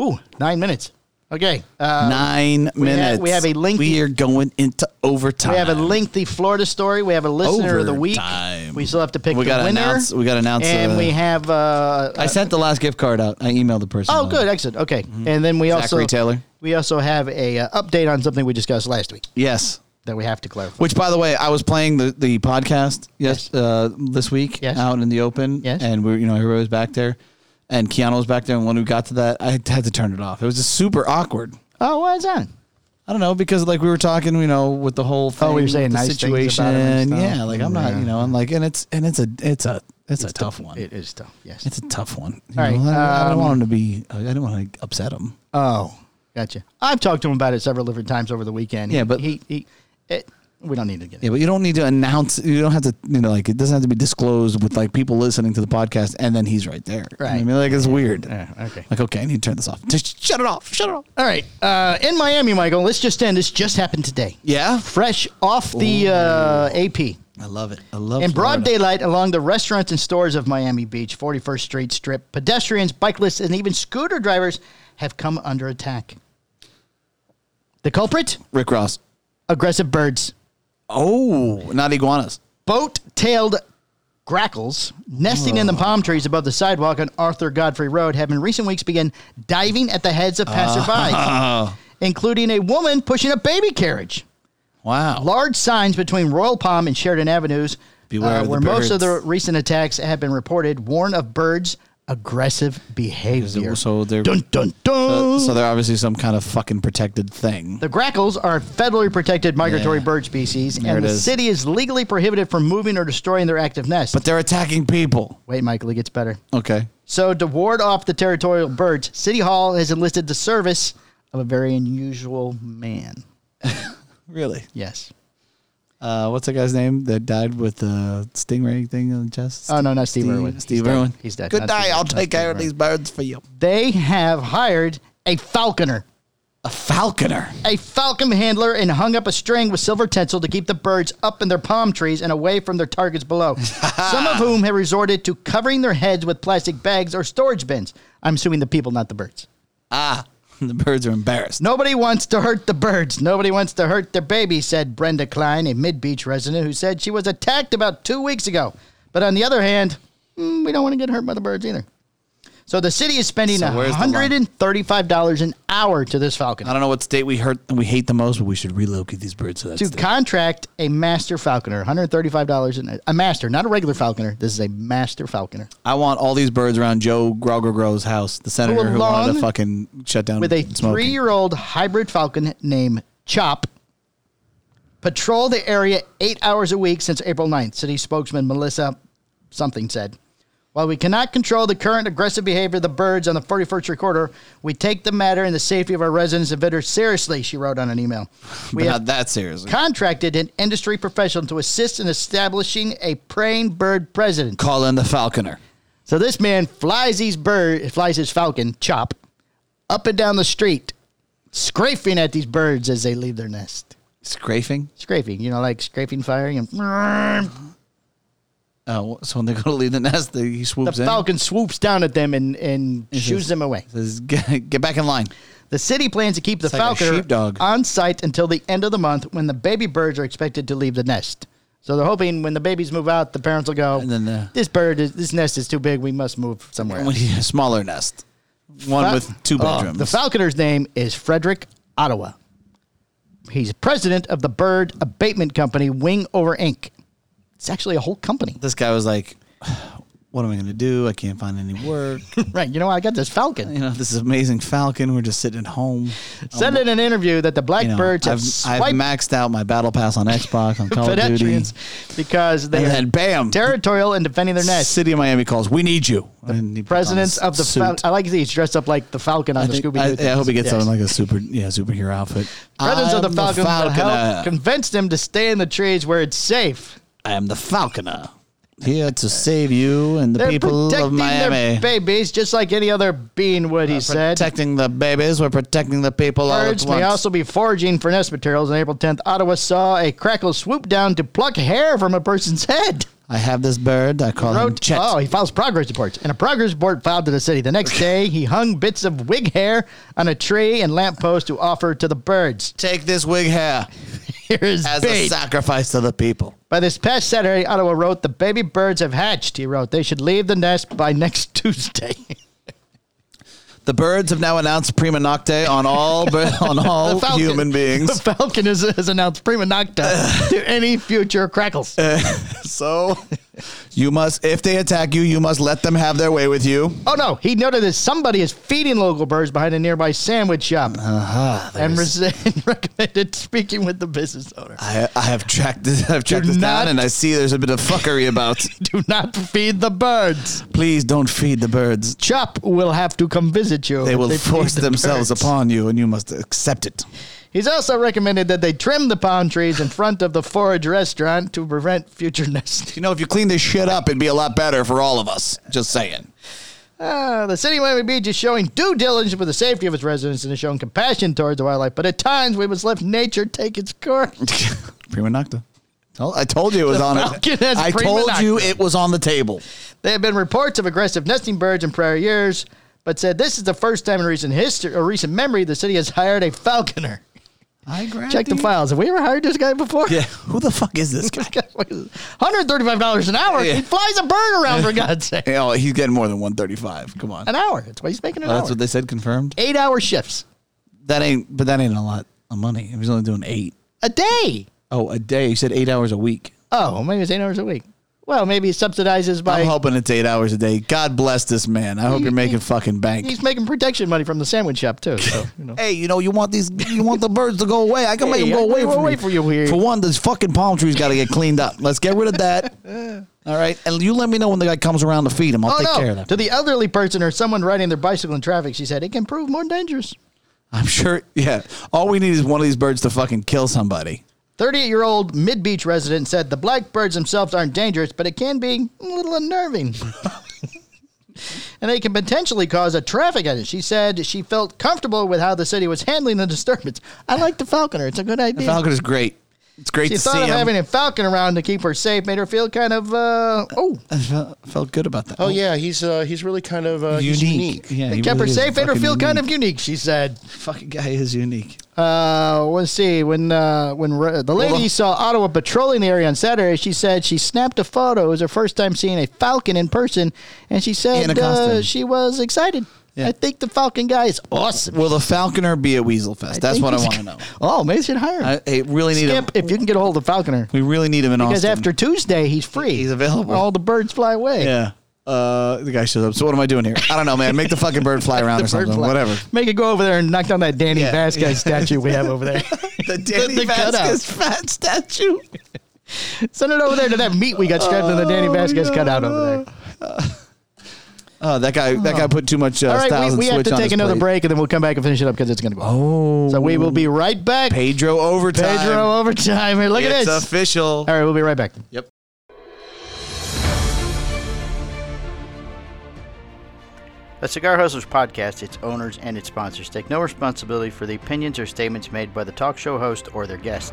A: Ooh, nine minutes. Okay. Uh,
B: nine minutes.
A: we have a link-
B: We are going into overtime.
A: We have a lengthy Florida story. We have a listener of the week.
B: Overtime.
A: We still have to pick
B: We
A: the
B: gotta
A: winner.
B: announce- we gotta announce,
A: And
B: uh,
A: we have. Uh,
B: I sent the last gift card out. I emailed the person.
A: oh, good, excellent. Okay, and then we
B: Mm-hmm. Zachary
A: also
B: Taylor.
A: we also have a uh, update on something we discussed last week
B: Yes.
A: that we have to clarify.
B: Which, by the way, I was playing the, the podcast yes,
A: Yes.
B: uh, this week
A: Yes.
B: out in the open,
A: Yes.
B: and we are you know everybody was back there, and Keanu was back there, and when we got to that, I had to turn it off. It was just super awkward.
A: oh, why is that?
B: I don't know because like we were talking, you know, with the whole thing,
A: we were
B: with
A: saying
B: the
A: nice things about him and
B: situation,
A: stuff.
B: yeah. Like I'm not, you know, I'm like, and it's and it's a it's a it's, a tough one.
A: It is tough. Yes.
B: it's a tough one. You
A: All right,
B: know, I, don't- I don't
A: um,
B: want him to be. I don't want to upset him.
A: oh, gotcha. I've talked to him about it several different times over the weekend.
B: Yeah,
A: He-
B: but-
A: he he. It, we don't need to get.
B: Yeah, but you don't need to announce. You don't have to. You know, like it doesn't have to be disclosed with like people listening to the podcast, and then he's right there. You know what I
A: Right.
B: mean, like it's weird.
A: Yeah, okay.
B: Like okay, I need to turn this off. Just shut it off. Shut it off.
A: All right. Uh, in Miami, Michael. Let's just end. This just happened today.
B: Yeah,
A: Fresh off the uh, AP.
B: I love it. I love
A: In broad
B: Florida.
A: daylight along the restaurants and stores of Miami Beach, 41st Street Strip, pedestrians, bikelists, and even scooter drivers have come under attack. The culprit?
B: Rick Ross.
A: Aggressive birds.
B: Oh, not iguanas.
A: Boat tailed grackles nesting in the palm trees above the sidewalk on Arthur Godfrey Road have in recent weeks begun diving at the heads of passersby, including a woman pushing a baby carriage.
B: Wow.
A: large signs between Royal Palm and Sheridan Avenues,
B: Beware
A: uh,
B: of the
A: where most of the
B: birds.
A: recent attacks have been reported, warn of birds' aggressive behavior.
B: So they're
A: dun dun dun.
B: so, so they're obviously some kind of fucking protected thing.
A: the grackles are a federally protected migratory
B: Yeah.
A: bird species,
B: There it
A: and the
B: is.
A: city is legally prohibited from moving or destroying their active nests.
B: But they're attacking people.
A: Wait, Michael, it gets better.
B: Okay.
A: So, to ward off the territorial birds, City Hall has enlisted the service of a very unusual man.
B: Really?
A: Yes.
B: Uh, what's that guy's name that died with the stingray thing on the chest?
A: Oh, no, not Steve Irwin.
B: Steve,
A: He's
B: Steve
A: dead.
B: Irwin.
A: He's dead.
B: Good
A: Not
B: day.
A: Steve-
B: I'll
A: not
B: take
A: Steve
B: care of
A: Irwin.
B: these birds for you.
A: They have hired a falconer.
B: A falconer. *laughs*
A: a falcon handler and hung up a string with silver tinsel to keep the birds up in their palm trees and away from their targets
B: *laughs*
A: below. Some of whom have resorted to covering their heads with plastic bags or storage bins. I'm assuming the people, not the birds.
B: the birds are embarrassed.
A: Nobody wants to hurt the birds. Nobody wants to hurt their baby, said Brenda Klein, a Mid Beach resident who said she was hmm, attacked about two weeks ago. But on the other hand, mm, we don't want to get hurt by the birds either. So the city is spending
B: So where's the line?
A: $135 an hour to this falconer.
B: I don't know what state we hurt we hate the most, but we should relocate these birds to that
A: to
B: state.
A: contract a master falconer, $135 an a master, not a regular falconer. This is a master falconer
B: I want all these birds around Joe Groger Gro's house, the senator who wanted to
A: along
B: fucking shut down
A: with a
B: smoking.
A: three-year-old hybrid falcon named Chop. Patrol the area eight hours a week since April 9th, city spokesman Melissa something said. While we cannot control the current aggressive behavior of the birds on the 41st recorder, we take the matter and the safety of our residents and visitors seriously, she wrote on an
B: *laughs*
A: email.
B: But
A: We have
B: not that seriously.
A: contracted an industry professional to assist in establishing a praying bird president.
B: Call in the falconer.
A: So this man flies his bird, flies his falcon, chop, up and down the street, scraping at these birds as they leave their nest.
B: Scraping?
A: Scraping, you know, like scraping, firing, and
B: Oh, so when they go to leave the nest, they, he
A: the
B: swoops in.
A: falcon swoops down at them and, and shoos
B: just-
A: them away.
B: Says, get, get back in line.
A: The city plans to keep the
B: like a
A: falconer
B: sheepdog.
A: on site until the end of the month when the baby birds are expected to leave the nest. So they're hoping when the babies move out, the parents will go.
B: And then, uh,
A: this bird, is, this nest is too big. We must move somewhere.
B: When
A: else."
B: he- a smaller nest, one
A: Fa-
B: with two
A: Oh,
B: bedrooms.
A: the falconer's name is Frederick Ottawa. He's president of the Bird Abatement Company, Wing Over Inc. It's actually a whole
B: *laughs*
A: company.
B: this guy was like, "What am I going to do? I can't find any *laughs* work.
A: Right. You know, I got this falcon.
B: you know, this is amazing falcon. We're just sitting at home.
A: Said in an interview that the
B: You know,
A: blackbirds
B: I've,
A: have
B: I've
A: swiped
B: maxed out my battle pass on Xbox
A: *laughs*
B: on Call of Duty.
A: pedestrians because they
B: And
A: are
B: then, bam.
A: territorial in defending their nest.
B: City of Miami calls. We need you. And he puts on
A: Presidents
B: his
A: of the
B: suit.
A: fal- I like that he's dressed up like the Falcon on
B: I,
A: the
B: think-
A: Scooby Doo.
B: I- I hope he gets
A: yes.
B: on like a super yeah superhero outfit.
A: Presidents of the
B: I'm
A: Falcon, but
B: Falconer.
A: help convinced him to stay in the trees where it's safe.
B: I am the Falconer, here to save you and the
A: They're
B: people of
A: protecting their
B: Miami.
A: babies just like any other bean would, he said.
B: protecting the babies, we're protecting the people all at
A: Birds may
B: once.
A: also be foraging for nest materials. On April 10th, Ottawa saw a crackle swoop down to pluck hair from a person's head.
B: I have this bird. I call him
A: Wrote,
B: Chet.
A: oh, he files progress reports. And a progress report filed to the city. The
B: *laughs*
A: next day, he hung bits of wig hair on a tree and lamppost to offer to the birds. *laughs*
B: Take this wig hair
A: Here is
B: as a
A: bait.
B: sacrifice to the people.
A: By this past Saturday, Ottawa wrote, the baby birds have hatched, he wrote. They should leave the nest by next *laughs* Tuesday.
B: The birds have now announced prima nocte
A: *laughs*
B: on all bir- on all
A: The falcon- *laughs*
B: human beings.
A: The Falcon has, has announced prima
B: *laughs*
A: nocta to any future crackles.
B: Uh, So *laughs* you must, if they attack you, you must let them have their way with you.
A: Oh no, he noted that somebody is feeding local birds behind a nearby sandwich shop
B: Oh,
A: Uh-huh. *laughs* and res- recommended speaking with the business owner. *laughs*
B: I, I have tracked this. *laughs* I've tracked this
A: not-
B: down, and I see there's a bit of
A: *laughs*
B: fuckery about.
A: Do not feed the birds.
B: Please don't feed the birds.
A: Chop will have to come visit you.
B: They
A: if
B: will
A: feed
B: force
A: the
B: themselves
A: birds.
B: upon you, and you must accept it.
A: He's also recommended that they trim the palm trees in front of the forage restaurant to prevent future *laughs* nesting.
B: You know, if you clean this shit up, it'd be a lot better for all of us. Just saying.
A: Ah, the city of Miami Beach is showing due diligence for the safety of its residents and is showing compassion towards the wildlife, but at times we must let nature take its course.
B: *laughs*
A: *laughs*
B: Prima nocta. Oh, I told you it was on
A: Falcon
B: it.
A: has
B: I
A: prima
B: told you
A: nocta.
B: it was on the table.
A: There have been reports of aggressive nesting birds in prior years, but said this is the first time in recent history or recent memory the city has hired a falconer.
B: I grabbed
A: Check the files. Have we ever hired this guy before? *laughs*
B: Yeah. Who the fuck is this guy?
A: $135 an hour.
B: Yeah.
A: He flies a bird around
B: *laughs*
A: for God's sake.
B: oh, he's getting more than 135. Come on.
A: An hour. That's why he's making an
B: Oh,
A: hour.
B: that's what they said confirmed.
A: Eight hour shifts.
B: That ain't, but that ain't a lot of money. If he's only doing eight.
A: A day.
B: Oh, a day. You said eight hours a week.
A: Oh, maybe it's eight hours a week. Well, maybe it subsidizes by
B: I'm hoping it's eight hours a day. God bless this man. I hope you're making fucking bank.
A: he's making protection money from the sandwich shop too. *laughs* So you know.
B: Hey, you know you want these, you want the birds to go away. I can make
A: Hey,
B: them
A: I
B: go
A: can
B: away
A: make 'em
B: from
A: away
B: you.
A: for you here.
B: For one, those fucking palm trees got to get cleaned up. Let's get rid
A: *laughs*
B: of that. All right, and you let me know when the guy comes around to feed him. I'll
A: Oh
B: take
A: no!
B: care of that.
A: To the elderly person or someone riding their bicycle in traffic, she said it can prove more dangerous.
B: I'm sure. Yeah. All we need is one of these birds to fucking kill somebody.
A: 38 year old Mid Beach resident said the blackbirds themselves aren't dangerous, but it can be a little unnerving. *laughs* and they can potentially cause a traffic accident. She said she felt comfortable with how the city was handling the disturbance. I like the falconer, it's a good idea.
B: Falcon is great. It's great
A: She
B: to see
A: thought of
B: him.
A: having a falcon around to keep her safe made her feel kind of uh, oh
B: I felt, felt good about that.
D: Oh yeah, he's uh, he's really kind of uh, he's unique.
B: Yeah, he
A: it kept
B: really
A: her
B: is
A: safe made her
B: fucking
A: feel kind of
B: unique.
A: unique. She said.
B: Fucking guy is unique.
A: Uh, let's see. When uh, when re- the lady saw Ottawa patrolling the area on Saturday, she said she snapped a photo. It was her first time seeing a falcon in person, and she
B: In a
A: said
B: costume.
A: uh, she was excited.
B: Yeah.
A: I think the falcon guy is awesome.
B: Will the Falconer be a Weasel Fest? That's
A: think
B: what I
A: he's-
B: want to know.
A: Oh, maybe they should hire him.
B: I, I really need
A: Skip,
B: him.
A: if you can get a hold of the falconer,
B: We really need him in
A: because
B: Austin.
A: after Tuesday he's free.
B: He's available.
A: All the birds fly away.
B: yeah, uh, the guy shows up. So what am I doing here? I don't know, man. Make *laughs* the fucking bird fly around or
A: The bird
B: something.
A: fly-
B: Whatever.
A: Make it go over there and knock down that Danny
B: Yeah.
A: Vasquez statue we have over
B: *laughs*
A: there.
B: The Danny
A: the cutout.
B: Vasquez fat statue.
A: Send it over there to that meat we got strapped to the Danny Vasquez cutout over there.
B: Oh, that guy. That guy put too much uh,
A: All
B: styles
A: right,
B: and
A: we, we have
B: switch
A: to
B: on
A: take
B: his
A: another
B: plate.
A: break and then we'll come back and finish it up because it's going to go. Oh. So we will be right back.
B: Pedro overtime.
A: Pedro overtime. Hey, Look at
B: it's
A: this.
B: official.
A: All right, we'll be right back.
B: Yep.
A: The Cigar Hustlers podcast, its owners, and its sponsors take no responsibility for the opinions or statements made by the talk show host or their guest.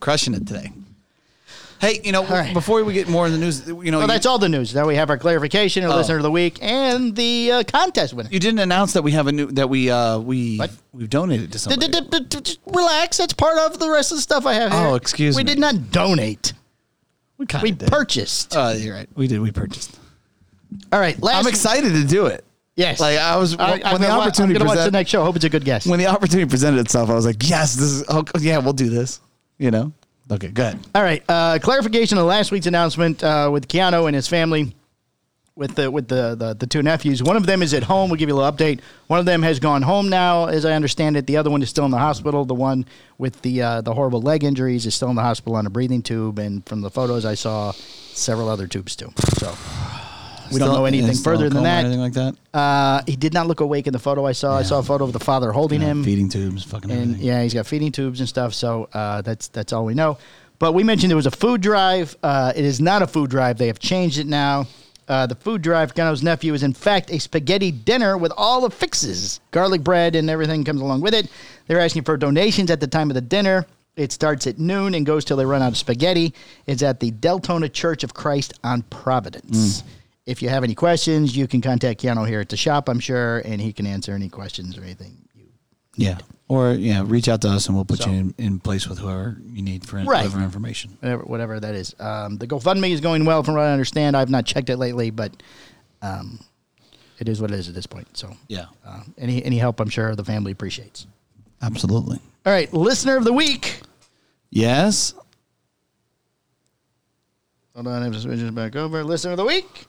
B: Crushing it today. Hey, you know,
A: right.
B: before we get more in the news, you know,
A: Well,
B: you-
A: that's all the news. Now we have our clarification, our listener of the week, and the uh, contest winner.
B: You didn't announce that we have a new that we uh we
A: What?
B: we've donated to
A: D-
B: somebody.
A: d- d- d- d- just Relax. That's part of the rest of the stuff I have here.
B: Oh, excuse
A: We
B: me.
A: did not donate.
B: we kinda
A: We
B: did.
A: purchased.
B: Uh, you're right. We did. We purchased.
A: All right. Last
B: I'm excited to do it.
A: Yes.
B: Like I was
A: I-
B: when
A: I'm
B: the
A: gonna wa- I'm
B: opportunity
A: gonna watch the
B: present-
A: next show. Hope it's a good guess.
B: when the opportunity presented itself, I was like, yes, this is oh, yeah, we'll do this. You know. Okay, good.
A: All right. Uh, clarification of last week's announcement uh, with Keanu and his family, with the with the, the the two nephews. One of them is at home. We'll give you a little update. One of them has gone home now, as I understand it. The other one is still in the hospital. The one with the uh, the horrible leg injuries is still in the hospital on a breathing tube, and from the photos I saw, several other tubes too. So. We don't know anything further than that.
B: Anything like that.
A: Uh, he did not look awake in the photo I saw. I saw a photo of the father holding him.
B: Feeding tubes, fucking
A: and
B: everything.
A: yeah, he's got feeding tubes and stuff. So uh, that's that's all we know. But we mentioned there was a food drive. Uh, it is not a food drive. They have changed it now. Uh, the food drive, Gano's nephew, is in fact a spaghetti dinner with all the fixes, garlic bread and everything comes along with it. They're asking for donations at the time of the dinner. It starts at noon and goes till they run out of spaghetti. It's at the Deltona Church of Christ on Providence. If you have any questions, you can contact Keanu here at the shop, I'm sure, and he can answer any questions or anything you
B: Yeah. Or yeah, reach out to us and we'll put
A: So-
B: you in, in place with whoever you need for
A: Right.
B: whatever information.
A: whatever, whatever that is. Um, the GoFundMe is going well, from what I understand. I've not checked it lately, but um, it is what it is at this point. So,
B: Yeah.
A: uh, any any help, I'm sure the family appreciates.
B: Absolutely.
A: All right, listener of the week.
B: Yes.
A: Hold on, I'm just switching back over. Listener of the week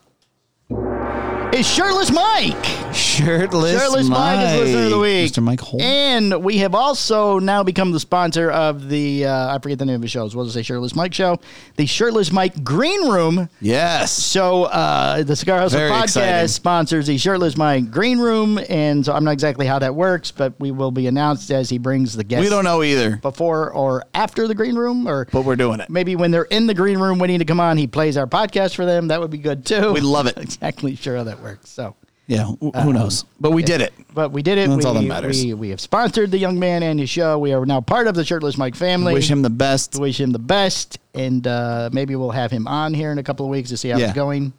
A: is shirtless Mike.
B: Shirtless,
A: Shirtless Mike, is listener of the week,
B: Mr. Mike Holt.
A: And we have also now become the sponsor of the uh, I forget the name of the show. We'll just say Shirtless Mike Show, the Shirtless Mike Green Room.
B: yes.
A: So uh, the Cigar Hustle
B: Very
A: podcast
B: exciting.
A: sponsors the Shirtless Mike Green Room, and so I'm not exactly how that works, but we will be announced as he brings the guests.
B: We don't know either,
A: before or after the Green Room, or
B: but we're doing it.
A: maybe when they're in the Green Room waiting to come on, he plays our podcast for them. That would be good too.
B: We love
A: *laughs*
B: it.
A: exactly sure how that works. So.
B: *laughs* Yeah. wh- Who
A: Um,
B: knows? But we did it.
A: But we did it. we,
B: That's all that matters.
A: We, we have sponsored the young man and his show. We are now part of the Shirtless Mike family.
B: Wish him the best.
A: wish him the best, and uh, maybe we'll have him on here in a couple of weeks to see how
B: Yeah.
A: it's going.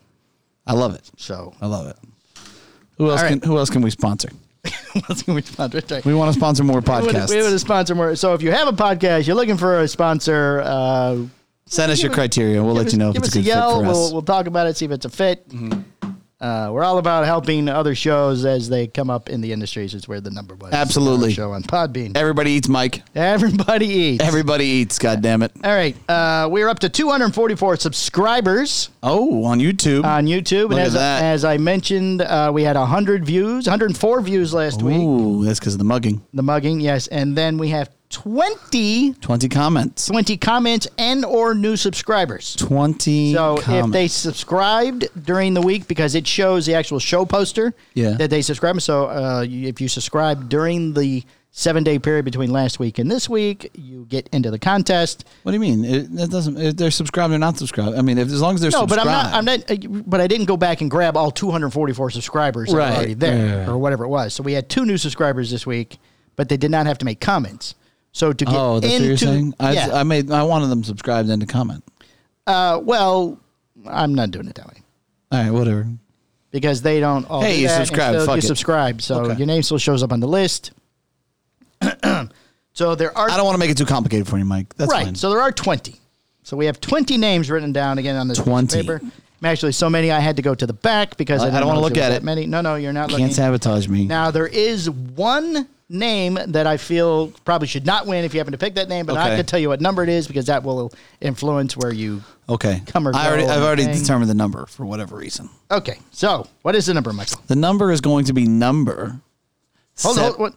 B: I love it.
A: So *laughs*
B: I love it. Who else
A: All
B: can Who else can we sponsor?
A: That's gonna be fun. That's right.
B: *laughs* We want to sponsor more
A: We would-
B: podcasts.
A: We would sponsor more. So if you have a podcast, you're looking for a sponsor, uh,
B: Send us your criteria. We'll
A: give
B: let
A: us-
B: you know if
A: give
B: it's a
A: us a
B: good fit
A: yell.
B: for us.
A: We'll, we'll talk about it, see if it's a fit. Uh, we're all about helping other shows as they come up in the industries. It's where the number one
B: Absolutely.
A: show on Podbean.
B: Everybody eats, Mike.
A: Everybody eats.
B: Everybody eats. God damn it.
A: all right, uh, we're up to 244 subscribers
B: Oh, on YouTube.
A: on YouTube, and
B: Look at
A: as,
B: that.
A: as I mentioned, uh, we had 100 views, 104 views last week.
B: Ooh, that's because of the mugging.
A: The mugging, yes, and then we have 20,
B: Twenty comments.
A: 20 comments and or new subscribers.
B: Twenty.
A: So if
B: comments.
A: they subscribed during the week, because it shows the actual show poster
B: Yeah.
A: that they subscribe. So uh, you- if you subscribe during the seven day period between last week and this week, you get into the contest.
B: What do you mean? It, that doesn't. If they're subscribed or not subscribed. I mean, if, as long as they're
A: No,
B: subscribed.
A: but I'm not. I'm not. uh, But I didn't go back and grab all 244 subscribers that were
B: Right.
A: already there
B: Yeah.
A: or whatever it was. So we had two new subscribers this week, but they did not have to make comments. So to get
B: Oh, that's
A: into
B: what you're saying. I,
A: yeah,
B: I made. I wanted them subscribed and to comment.
A: uh, well, I'm not doing it that way.
B: All right, whatever.
A: because they don't all
B: Hey,
A: do
B: you
A: that, and
B: subscribe,
A: so
B: fuck
A: you
B: it.
A: subscribe so
B: Okay.
A: your name still shows up on the list *clears throat* so there are
B: I don't want to make it too complicated for you, Mike. That's
A: right
B: fine.
A: so there are 20 so we have 20 names written down again on this piece of
B: 20.
A: paper And actually so many i had to go to the back because i,
B: I- I don't
A: know
B: wanna
A: if
B: look
A: there was
B: at
A: that
B: it.
A: many no no you're not
B: Can't
A: looking
B: sabotage me.
A: now there is one name that i feel probably should not win if you happen to pick that name but i'm not
B: Okay.
A: going to tell you what number it is because that will influence where you
B: okay.
A: Come or
B: I already,
A: go
B: I've already
A: thing.
B: determined the number for whatever reason.
A: okay so what is the number michael
B: The number is going to be number.
A: hold on
B: se-
A: hold, what?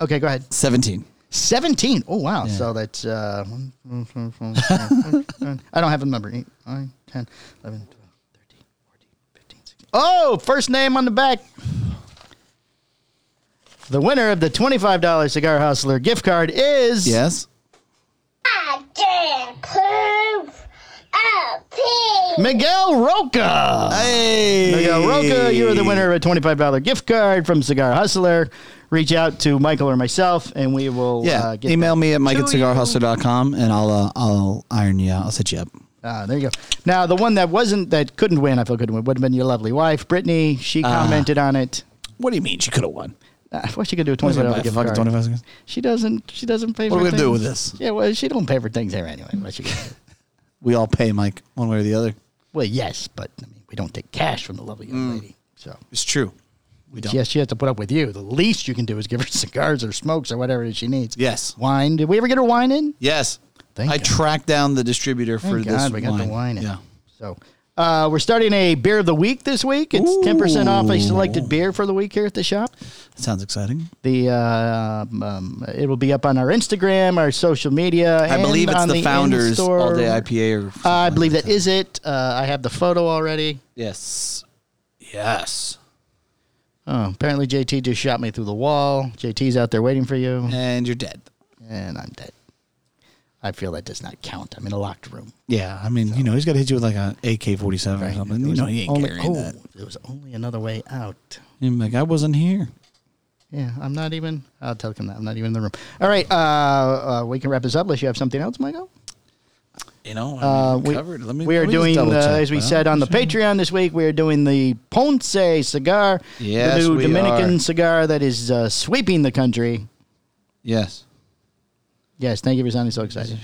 A: okay go ahead
B: Seventeen.
A: 17. Oh, wow. So that's, uh, one, two, three, four, five, six, seven. I don't have a number. 8, 9, 10, 11, 12, 13, 14, 15, 16. Oh, first name on the back. The winner of the $25 Cigar Hustler gift card is
B: Yes.
E: I can prove a pig.
A: Miguel Roca.
B: Hey.
A: Miguel Roca, you are the winner of a $25 gift card from Cigar Hustler. Reach out to Michael or myself, and we will
B: Yeah.
A: uh, get
B: Email me at mike
A: to
B: at cigarhustler.com and I'll uh, I'll iron you out. I'll set you up.
A: Ah, there you go. Now, the one that wasn't, that couldn't win, I feel couldn't win, would have been your lovely wife, Brittany. She
B: Ah.
A: commented on it.
B: What do you mean she could have won?
A: Uh, what she could do a
B: Was
A: twenty-five
B: it
A: dollar
B: by
A: gift
B: fucking
A: card?
B: 25 seconds?
A: She doesn't. She doesn't pay.
B: What
A: for
B: are we gonna do
A: things.
B: with this?
A: Yeah, well, she don't pay for things there anyway. What she gonna do?
B: We all pay, Mike, one way or the other.
A: well, yes, but I mean, we don't take cash from the lovely young
B: Mm.
A: lady. So
B: It's true. We don't.
A: yes, she has to put up with you. The least you can do is give her *laughs* cigars or smokes or whatever it is she needs.
B: Yes.
A: Wine. Did we ever get her wine in?
B: Yes.
A: Thank
B: I
A: God.
B: tracked down the distributor for
A: Thank
B: this
A: God we got
B: wine.
A: the wine in.
B: Yeah.
A: So uh, we're starting a beer of the week this week. It's ten percent off a selected beer for the week here at the shop.
B: That sounds exciting.
A: The uh, um, um, it will be up on our Instagram, our social media.
B: I believe it's the, founders all day IPA or
A: Uh, I believe that is it. Uh, I have the photo already.
B: Yes. Yes.
A: Oh, apparently JT just shot me through the wall. JT's out there waiting for you,
B: And you're dead.
A: and I'm dead. I feel that does not count. I'm in a locked room.
B: Yeah, I mean, you know, he's got to hit you with like an AK forty seven or something. You know, he ain't
A: only,
B: carrying
A: oh,
B: that.
A: there was only another way out.
B: And like, I wasn't here.
A: Yeah, I'm not even. I'll tell him that I'm not even in the room. All right, uh, uh, we can wrap this up. Unless you have something else, Michael.
B: You know,
A: Uh, we, we are doing, uh, as we said
B: *laughs*
A: on the Patreon this week, we are doing the Ponce cigar,
B: Yes,
A: the new
B: we
A: Dominican
B: are.
A: cigar that is uh, sweeping the country.
B: Yes.
A: Yes, thank you for sounding so excited.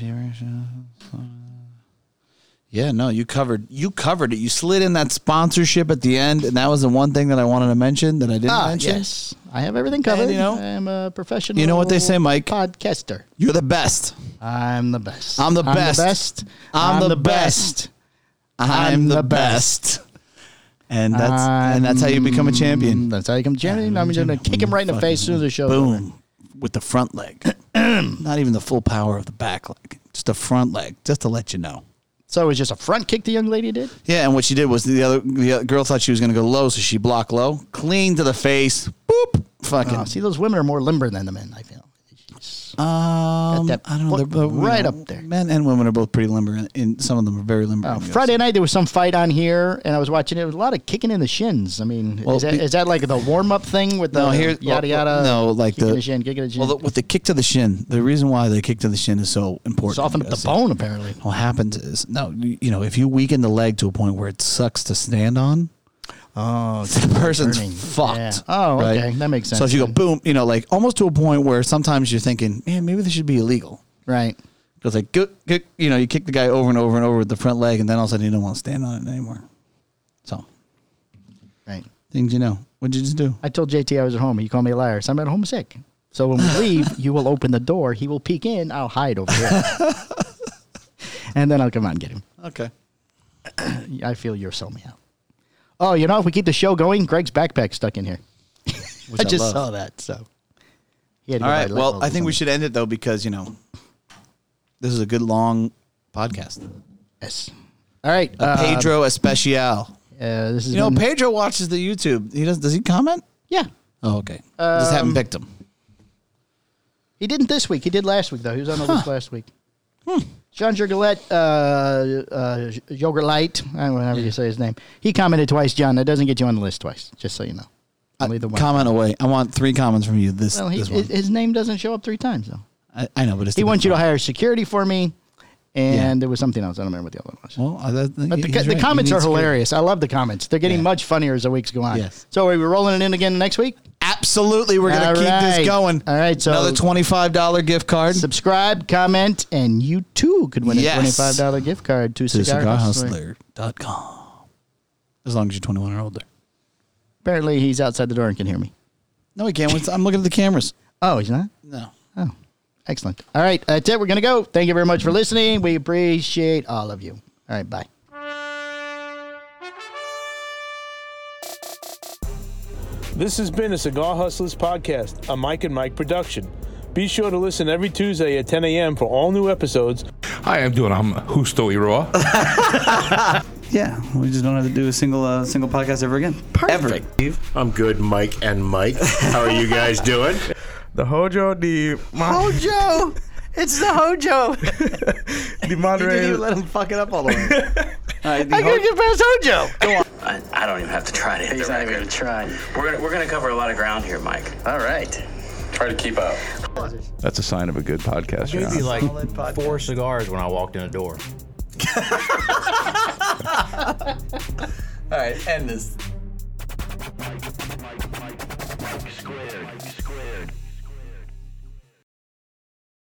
B: Yeah, no, you covered you covered it. You slid in that sponsorship at the end, and that was the one thing that I wanted to mention that I didn't
A: Ah,
B: mention.
A: yes, I have everything covered.
B: you know-
A: I'm a professional.
B: You know what they say, Mike?
A: Podcaster.
B: You're the best.
A: I'm the best.
B: I'm the best.
A: I'm the best.
B: I'm the best. I'm, the,
A: the
B: best. And that's and that's how you become a champion.
A: That's how you come, Jenny. I'm going to kick him right in the face as soon as the show.
B: Boom. With the
A: *clears throat*
B: front leg. Not even the full power of the back leg. Just the front leg, just to let you know.
A: So it was just a front kick the young lady did.
B: Yeah, and what she did was the other the other girl thought she was going to go low, so she blocked low, clean to the face, boop, fucking.
A: Oh, see, those women are more limber than the men. I feel.
B: um,
A: that
B: I don't know,
A: foot
B: they're both, you
A: right
B: know,
A: up there.
B: Men and women are both pretty limber, and, and some of them are very limber.
A: Uh,
B: in the UFC.
A: Friday night there was some fight on here, and I was watching it. There was a lot of kicking in the shins. I mean,
B: Well,
A: is, that,
B: be-
A: is that like the warm up thing with the
B: No, here,
A: yada
B: well,
A: yada?
B: No, like
A: kicking
B: the,
A: the, shin, kicking the shin.
B: Well, the, with the kick to the shin, the reason why the kick to the shin is so important.
A: soften up the
B: because
A: bone apparently.
B: What happens is no, you you know, if you weaken the leg to a point where it sucks to stand on,
A: Oh,
B: *laughs* the person's
A: burning.
B: fucked.
A: Yeah. Oh, okay. That makes
B: So if
A: sense
B: you go boom, you know, like almost to a point where sometimes you're thinking, man, maybe this should be illegal.
A: right.
B: Because like, go, go, you know, you kick the guy over and over and over with the front leg, and then all of a sudden you don't want to stand on it anymore. So
A: Right.
B: Things you know. What'd you just do?
A: I told JT I was at home. He called me a liar. So I'm at home sick. So
B: *laughs*
A: when we leave, you will open the door. He will peek in. I'll hide over
B: *laughs*
A: here. and then I'll come out and get him.
B: Okay.
A: I feel you're selling me out. Oh, you know, if we keep the show going, Greg's backpack stuck in here. I
B: I
A: just
B: love.
A: saw that. So. He had to
B: All
A: go buy
B: right.
A: light
B: Well,
A: bulbs
B: I
A: or
B: think
A: something.
B: we should end it though because you know this is a good long podcast.
A: Yes. All right. Uh,
B: Pedro Especial.
A: uh, this is
B: You know, Pedro watches the YouTube. He does. Does he comment?
A: yeah.
B: Oh, okay. just haven't picked him.
A: He didn't this week. He did last week, though. He was on the list last week.
B: Hmm.
A: John Jurgalette, uh, uh, Yogurt Light, I don't know how you say his name. He commented twice, John. That doesn't get you on the list twice, just so you know. Only the one.
B: Comment away. I want three comments from you. This
A: well, he,
B: this one.
A: his- his name doesn't show up three times, though.
B: I, I know, but it's
A: He
B: the
A: wants you
B: big
A: to
B: one.
A: hire security for me, and
B: Yeah.
A: there was something else. I don't remember what the other one was.
B: Well, I, that,
A: But the, the comments are hilarious. I love the comments. They're getting
B: Yeah.
A: much funnier as the weeks go on.
B: Yes.
A: So are we rolling it in again next week?
B: Absolutely, we're gonna
A: All
B: keep
A: right.
B: this going.
A: All right, so-
B: another twenty-five dollar gift card.
A: Subscribe, comment, and you too could win
B: Yes.
A: a $25 gift card to,
B: to
A: Cigar, Hustler.
B: cigarhustler.com. As long as you're 21 or older.
A: Apparently, he's outside the door and can hear me.
B: No, he can't. I'm looking at the cameras.
A: Oh, he's not?
B: No.
A: Oh, excellent. All right, that's it. We're going to go. Thank you very much for listening. We appreciate all of you. All right, bye.
F: This has been a Cigar Hustlers podcast, a Mike and Mike production. Be sure to listen every Tuesday at 10 a.m. for all new episodes
G: Hi, I'm doing. I'm Husto Iroa.
H: Yeah, we just don't have to do a single uh, single podcast ever again. Perfect.
I: I'm good, Mike and Mike. How are you guys doing?
J: The Hojo, the ma-
H: Hojo, it's the Hojo.
J: the
H: *laughs*
J: moderator.
H: let him fuck it up all the way. I gotta get past Hojo. Go on.
K: I don't even have to try to hit the record.
H: try.
K: We're gonna, we're gonna cover a lot of ground here, Mike.
H: All right.
I: Try to keep up.
G: That's a sign of a good podcast. you're on.
K: Maybe like four cigars when I walked in the door.
H: All right. End this.
I: Squared. Squared.